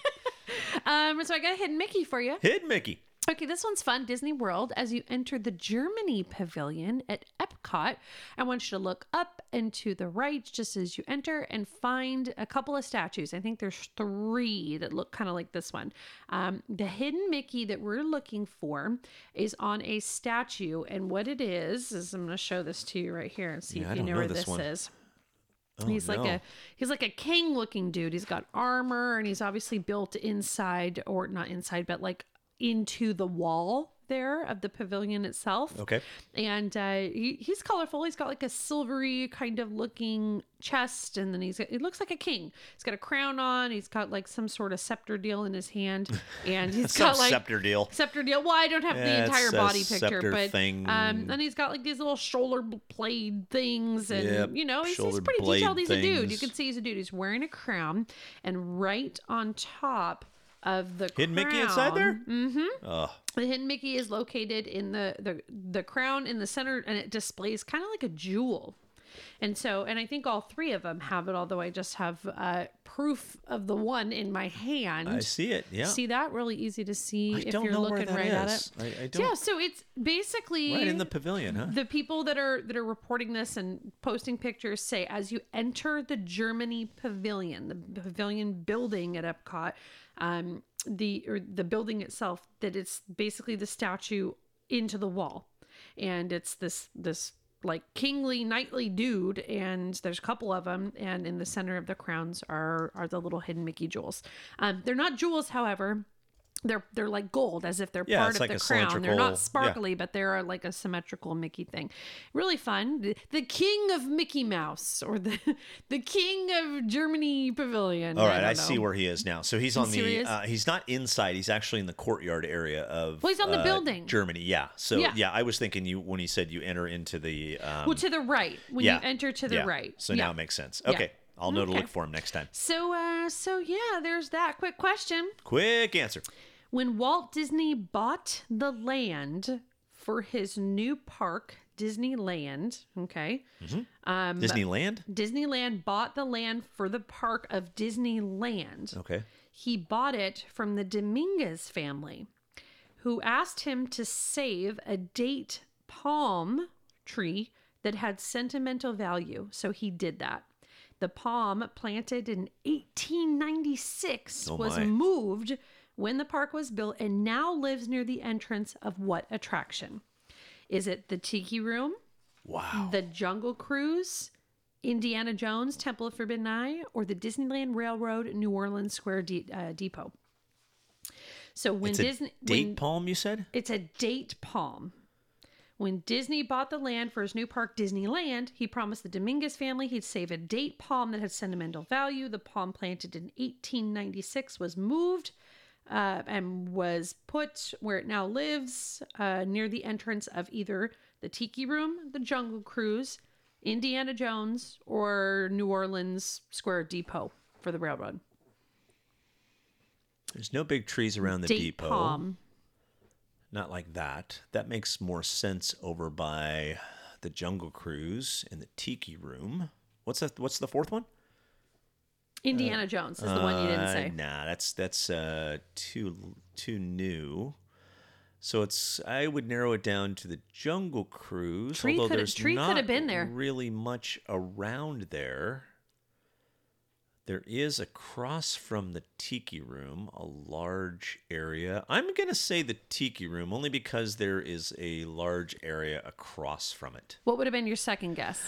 [SPEAKER 3] it. Um, so I got a hidden Mickey for you.
[SPEAKER 2] Hit Mickey.
[SPEAKER 3] Okay, this one's fun. Disney World, as you enter the Germany pavilion at Epcot, I want you to look up and to the right just as you enter and find a couple of statues. I think there's three that look kind of like this one. Um, the hidden Mickey that we're looking for is on a statue. And what it is, is I'm going to show this to you right here and see
[SPEAKER 2] Yeah, I
[SPEAKER 3] if you
[SPEAKER 2] don't
[SPEAKER 3] know,
[SPEAKER 2] know
[SPEAKER 3] where
[SPEAKER 2] this
[SPEAKER 3] this,
[SPEAKER 2] one. Oh,
[SPEAKER 3] is. he's like
[SPEAKER 2] no.
[SPEAKER 3] a he's like a king looking dude. He's got armor and he's obviously built inside or not inside but like into the wall there of the pavilion itself.
[SPEAKER 2] Okay.
[SPEAKER 3] And uh, he, he's colorful. He's got like a silvery kind of looking chest, and then he's it looks like a king. He's got a crown on. He's got like some sort of scepter deal in his
[SPEAKER 2] [LAUGHS]
[SPEAKER 3] hand, and he's
[SPEAKER 2] Some
[SPEAKER 3] got like
[SPEAKER 2] scepter deal.
[SPEAKER 3] Scepter deal. Well, I don't have
[SPEAKER 2] Yeah,
[SPEAKER 3] the
[SPEAKER 2] it's
[SPEAKER 3] entire
[SPEAKER 2] a
[SPEAKER 3] body picture,
[SPEAKER 2] scepter
[SPEAKER 3] but
[SPEAKER 2] thing.
[SPEAKER 3] um, and he's got like these little shoulder bl- blade things, and
[SPEAKER 2] Yep,
[SPEAKER 3] you know he's, he's
[SPEAKER 2] shoulder
[SPEAKER 3] pretty
[SPEAKER 2] blade
[SPEAKER 3] detailed. He's a dude. You
[SPEAKER 2] things.
[SPEAKER 3] can see he's a dude. He's wearing a crown, and right on top of the
[SPEAKER 2] Hidden Mickey inside there?
[SPEAKER 3] the hidden Mickey is located in the the, the crown in the center, and it displays kind of like a jewel. And so, and I think all three of them have it, although I just have uh, proof of the one in my hand.
[SPEAKER 2] I see it. Yeah.
[SPEAKER 3] See that? Really easy to see
[SPEAKER 2] I
[SPEAKER 3] if
[SPEAKER 2] don't
[SPEAKER 3] you're
[SPEAKER 2] know where
[SPEAKER 3] looking
[SPEAKER 2] that
[SPEAKER 3] right at
[SPEAKER 2] is.
[SPEAKER 3] it.
[SPEAKER 2] I- I don't-
[SPEAKER 3] Yeah, so it's basically
[SPEAKER 2] right in the pavilion, huh?
[SPEAKER 3] the people that are that are reporting this and posting pictures say as you enter the Germany pavilion, the pavilion building at Epcot, um, the or the building itself, that it's basically the statue into the wall, and it's this this like kingly knightly dude and there's a couple of them and in the center of the crowns are are the little hidden mickey jewels um they're not jewels however they're they're like gold as if they're
[SPEAKER 2] Yeah,
[SPEAKER 3] part
[SPEAKER 2] it's
[SPEAKER 3] of
[SPEAKER 2] like
[SPEAKER 3] the
[SPEAKER 2] a
[SPEAKER 3] crown they're
[SPEAKER 2] cylindrical- yeah.
[SPEAKER 3] not sparkly but they're like a symmetrical mickey thing really fun The- the king of mickey mouse or the [LAUGHS] the king of germany pavilion
[SPEAKER 2] All right, I,
[SPEAKER 3] don't
[SPEAKER 2] see
[SPEAKER 3] know.
[SPEAKER 2] where he is now. So he's on
[SPEAKER 3] see where he
[SPEAKER 2] the.
[SPEAKER 3] is?
[SPEAKER 2] Uh, he's not inside. He's actually in the courtyard area of.
[SPEAKER 3] Well, he's on the
[SPEAKER 2] uh,
[SPEAKER 3] building.
[SPEAKER 2] Germany. Yeah. So
[SPEAKER 3] Yeah.
[SPEAKER 2] yeah. I was thinking you when he said you enter into the. Um,
[SPEAKER 3] well to the right when
[SPEAKER 2] yeah.
[SPEAKER 3] you enter to the
[SPEAKER 2] Yeah.
[SPEAKER 3] right
[SPEAKER 2] So
[SPEAKER 3] Yeah.
[SPEAKER 2] now it makes sense. Okay, I'll know to
[SPEAKER 3] Okay.
[SPEAKER 2] look for him next time.
[SPEAKER 3] so uh so yeah there's that quick question
[SPEAKER 2] Quick answer.
[SPEAKER 3] When Walt Disney bought the land for his new park, Disneyland, okay, Um,
[SPEAKER 2] Disneyland.
[SPEAKER 3] Disneyland bought the land for the park of Disneyland.
[SPEAKER 2] Okay.
[SPEAKER 3] He bought it from the Dominguez family, who asked him to save a date palm tree that had sentimental value. So he did that. The palm planted in 1896
[SPEAKER 2] Oh
[SPEAKER 3] was
[SPEAKER 2] my.
[SPEAKER 3] moved when the park was built and now lives near the entrance of what attraction? Is it the Tiki Room?
[SPEAKER 2] Wow.
[SPEAKER 3] The Jungle Cruise, Indiana Jones, Temple of Forbidden Eye, or the Disneyland Railroad, New Orleans Square De- uh, Depot. So when
[SPEAKER 2] It's a
[SPEAKER 3] Disney
[SPEAKER 2] date
[SPEAKER 3] when,
[SPEAKER 2] palm. You said.
[SPEAKER 3] it's a date palm. When Disney bought the land for his new park, Disneyland, he promised the Dominguez family he'd save a date palm that had sentimental value. The palm planted in 1896 was moved uh, and was put where it now lives uh, near the entrance of either the Tiki Room, the Jungle Cruise, Indiana Jones, or New Orleans Square Depot for the railroad.
[SPEAKER 2] There's no big trees around the
[SPEAKER 3] date
[SPEAKER 2] depot.
[SPEAKER 3] palm.
[SPEAKER 2] Not like that. That makes more sense over by the Jungle Cruise and the Tiki Room. What's that? What's the fourth one?
[SPEAKER 3] Indiana Jones is the one you didn't
[SPEAKER 2] Uh,
[SPEAKER 3] say.
[SPEAKER 2] Nah, that's that's uh, too too new. So it's I would narrow it down to the Jungle Cruise.
[SPEAKER 3] Tree
[SPEAKER 2] although
[SPEAKER 3] coulda-
[SPEAKER 2] there's
[SPEAKER 3] tree coulda
[SPEAKER 2] not
[SPEAKER 3] been there.
[SPEAKER 2] really much around there. There is across from the tiki room a large area. I'm going to say the tiki room only because there is a large area across from it.
[SPEAKER 3] What would have been your second guess?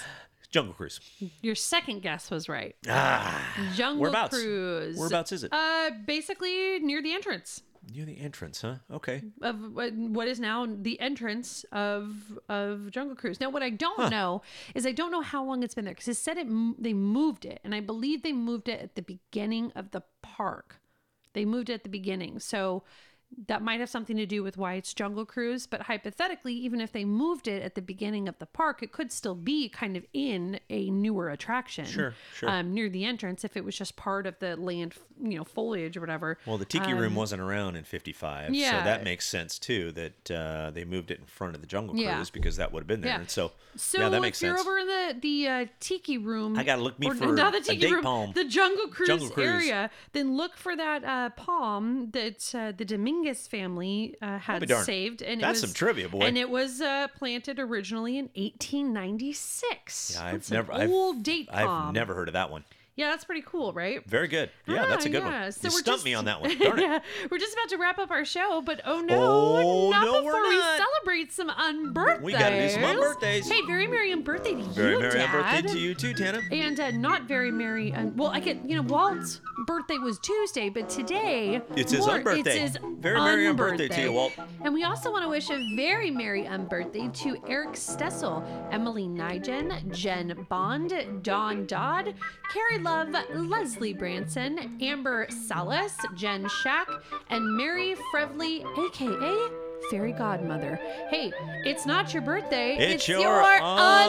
[SPEAKER 2] Jungle Cruise.
[SPEAKER 3] Your second guess was right.
[SPEAKER 2] Ah,
[SPEAKER 3] Jungle
[SPEAKER 2] whereabouts?
[SPEAKER 3] Cruise.
[SPEAKER 2] Whereabouts is it?
[SPEAKER 3] Uh, basically near the entrance
[SPEAKER 2] near the entrance, huh? Okay.
[SPEAKER 3] of what- what is now the entrance of of Jungle Cruise. Now, what I don't know is I don't know how long it's been there because it said it m- they moved it, and I believe they moved it at the beginning of the park. They moved it at the beginning, so that might have something to do with why it's Jungle Cruise. But hypothetically, even if they moved it at the beginning of the park, it could still be kind of in a newer attraction,
[SPEAKER 2] Sure, sure.
[SPEAKER 3] um, near the entrance. If it was just part of the land, you know, foliage or whatever.
[SPEAKER 2] Well, the tiki room wasn't around in 55,
[SPEAKER 3] Um, yeah.
[SPEAKER 2] so that makes sense too that uh, they moved it in front of the Jungle Cruise
[SPEAKER 3] Yeah.
[SPEAKER 2] because that would have been there.
[SPEAKER 3] Yeah.
[SPEAKER 2] And so,
[SPEAKER 3] So
[SPEAKER 2] yeah, that makes
[SPEAKER 3] if you're
[SPEAKER 2] sense.
[SPEAKER 3] over in the the uh, tiki room,
[SPEAKER 2] I gotta look me
[SPEAKER 3] or
[SPEAKER 2] for
[SPEAKER 3] not the
[SPEAKER 2] a
[SPEAKER 3] tiki
[SPEAKER 2] date
[SPEAKER 3] room,
[SPEAKER 2] palm.
[SPEAKER 3] the Jungle Cruise,
[SPEAKER 2] Jungle Cruise.
[SPEAKER 3] area. Then look for that uh, palm that uh, the Dominguez family uh,
[SPEAKER 2] be
[SPEAKER 3] had
[SPEAKER 2] darned.
[SPEAKER 3] saved, and
[SPEAKER 2] That's
[SPEAKER 3] it was,
[SPEAKER 2] some trivia, boy.
[SPEAKER 3] And it was uh, planted originally in 1896.
[SPEAKER 2] Yeah, I've
[SPEAKER 3] That's an
[SPEAKER 2] never, I've,
[SPEAKER 3] old date palm.
[SPEAKER 2] I've never heard of that one.
[SPEAKER 3] Yeah, that's pretty cool, right?
[SPEAKER 2] Very good. Yeah, that's a
[SPEAKER 3] Ah,
[SPEAKER 2] good
[SPEAKER 3] yeah.
[SPEAKER 2] one.
[SPEAKER 3] So
[SPEAKER 2] you
[SPEAKER 3] we're
[SPEAKER 2] stumped me
[SPEAKER 3] just-
[SPEAKER 2] on that
[SPEAKER 3] [LAUGHS]
[SPEAKER 2] one. Darn it.
[SPEAKER 3] yeah, we're just about to wrap up our show, but oh no,
[SPEAKER 2] Oh,
[SPEAKER 3] not
[SPEAKER 2] no, we're
[SPEAKER 3] before we
[SPEAKER 2] not.
[SPEAKER 3] celebrate some unbirthdays.
[SPEAKER 2] We gotta do some unbirthdays.
[SPEAKER 3] Hey, very merry unbirthday to
[SPEAKER 2] Very
[SPEAKER 3] you,
[SPEAKER 2] merry
[SPEAKER 3] Dad.
[SPEAKER 2] birthday to you too, Tana.
[SPEAKER 3] And uh, not very merry. Un- well, I get you know Walt's birthday was Tuesday, but today
[SPEAKER 2] It's his
[SPEAKER 3] Lord,
[SPEAKER 2] unbirthday.
[SPEAKER 3] It's his
[SPEAKER 2] Very merry unbirthday to you, Walt.
[SPEAKER 3] And we also want to wish a very merry unbirthday to Eric Stessel, Emily Nigen, Jen Bond, Dawn Dodd, Carrie Love, Leslie Branson, Amber Salas, Jen Shack, and Mary Frevely, aka. Fairy Godmother. Hey, it's not your birthday. It's, your, unbirthday.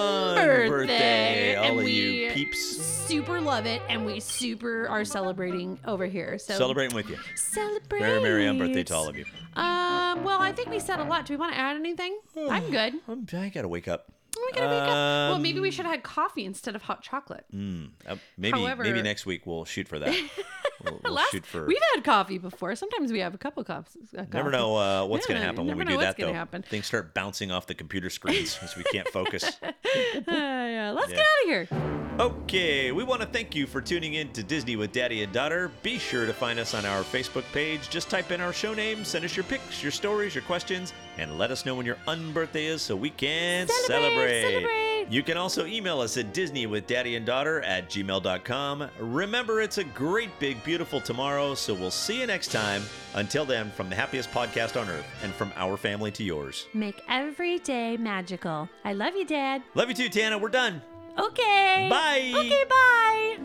[SPEAKER 2] unbirthday, all
[SPEAKER 3] and
[SPEAKER 2] of
[SPEAKER 3] we
[SPEAKER 2] you peeps.
[SPEAKER 3] super love it, and we super are celebrating over here. So
[SPEAKER 2] Celebrating with you.
[SPEAKER 3] Celebrate.
[SPEAKER 2] Very merry unbirthday to all of you.
[SPEAKER 3] Um, well, I think we said a lot. Do we want to add anything? I'm good.
[SPEAKER 2] I'm, Um, I gotta wake up.
[SPEAKER 3] We gotta wake up. Well,
[SPEAKER 2] Um,
[SPEAKER 3] maybe we should have had coffee instead of hot chocolate.
[SPEAKER 2] Uh, maybe
[SPEAKER 3] However-
[SPEAKER 2] maybe next week we'll shoot for that.
[SPEAKER 3] [LAUGHS]
[SPEAKER 2] We'll, we'll
[SPEAKER 3] Last-
[SPEAKER 2] shoot for.
[SPEAKER 3] We've had coffee before. Sometimes we have a couple cups. uh,
[SPEAKER 2] Never
[SPEAKER 3] coffee.
[SPEAKER 2] know uh, what's going
[SPEAKER 3] Yeah,
[SPEAKER 2] to happen
[SPEAKER 3] never
[SPEAKER 2] when we
[SPEAKER 3] know
[SPEAKER 2] do that,
[SPEAKER 3] what's gonna
[SPEAKER 2] though.
[SPEAKER 3] happen.
[SPEAKER 2] Things start bouncing off the computer screens because we can't
[SPEAKER 3] [LAUGHS]
[SPEAKER 2] focus.
[SPEAKER 3] Uh, yeah, let's
[SPEAKER 2] Yeah.
[SPEAKER 3] get out of here.
[SPEAKER 2] Okay, we want to thank you for tuning in to Disney with Daddy and Daughter. Be sure to find us on our Facebook page. Just type in our show name, send us your pics, your stories, your questions, and let us know when your unbirthday is so we can celebrate.
[SPEAKER 3] Celebrate, celebrate.
[SPEAKER 2] You can also email us at Disney with Daddy and Daughter at gmail.com. Remember, it's a great, big, beautiful tomorrow, so we'll see you next time. Until then, from the happiest podcast on earth and from our family to yours.
[SPEAKER 3] Make every day magical. I love you, Dad.
[SPEAKER 2] Love you too, Tana. We're done.
[SPEAKER 3] Okay.
[SPEAKER 2] Bye.
[SPEAKER 3] Okay, bye.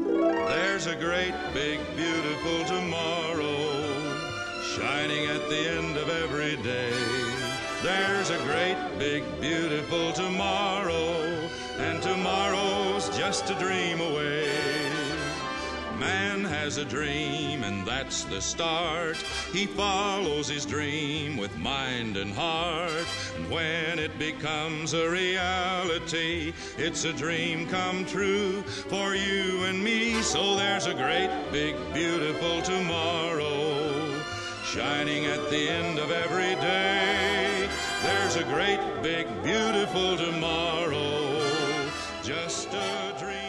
[SPEAKER 6] There's a great, big, beautiful tomorrow shining at the end of every day. There's a great, big, beautiful tomorrow, and tomorrow's just a dream away. Man has a dream, and that's the start. He follows his dream with mind and heart. And when it becomes a reality, it's a dream come true for you and me. So there's a great, big, beautiful tomorrow shining at the end of every day. There's a great, big, beautiful tomorrow, just a dream.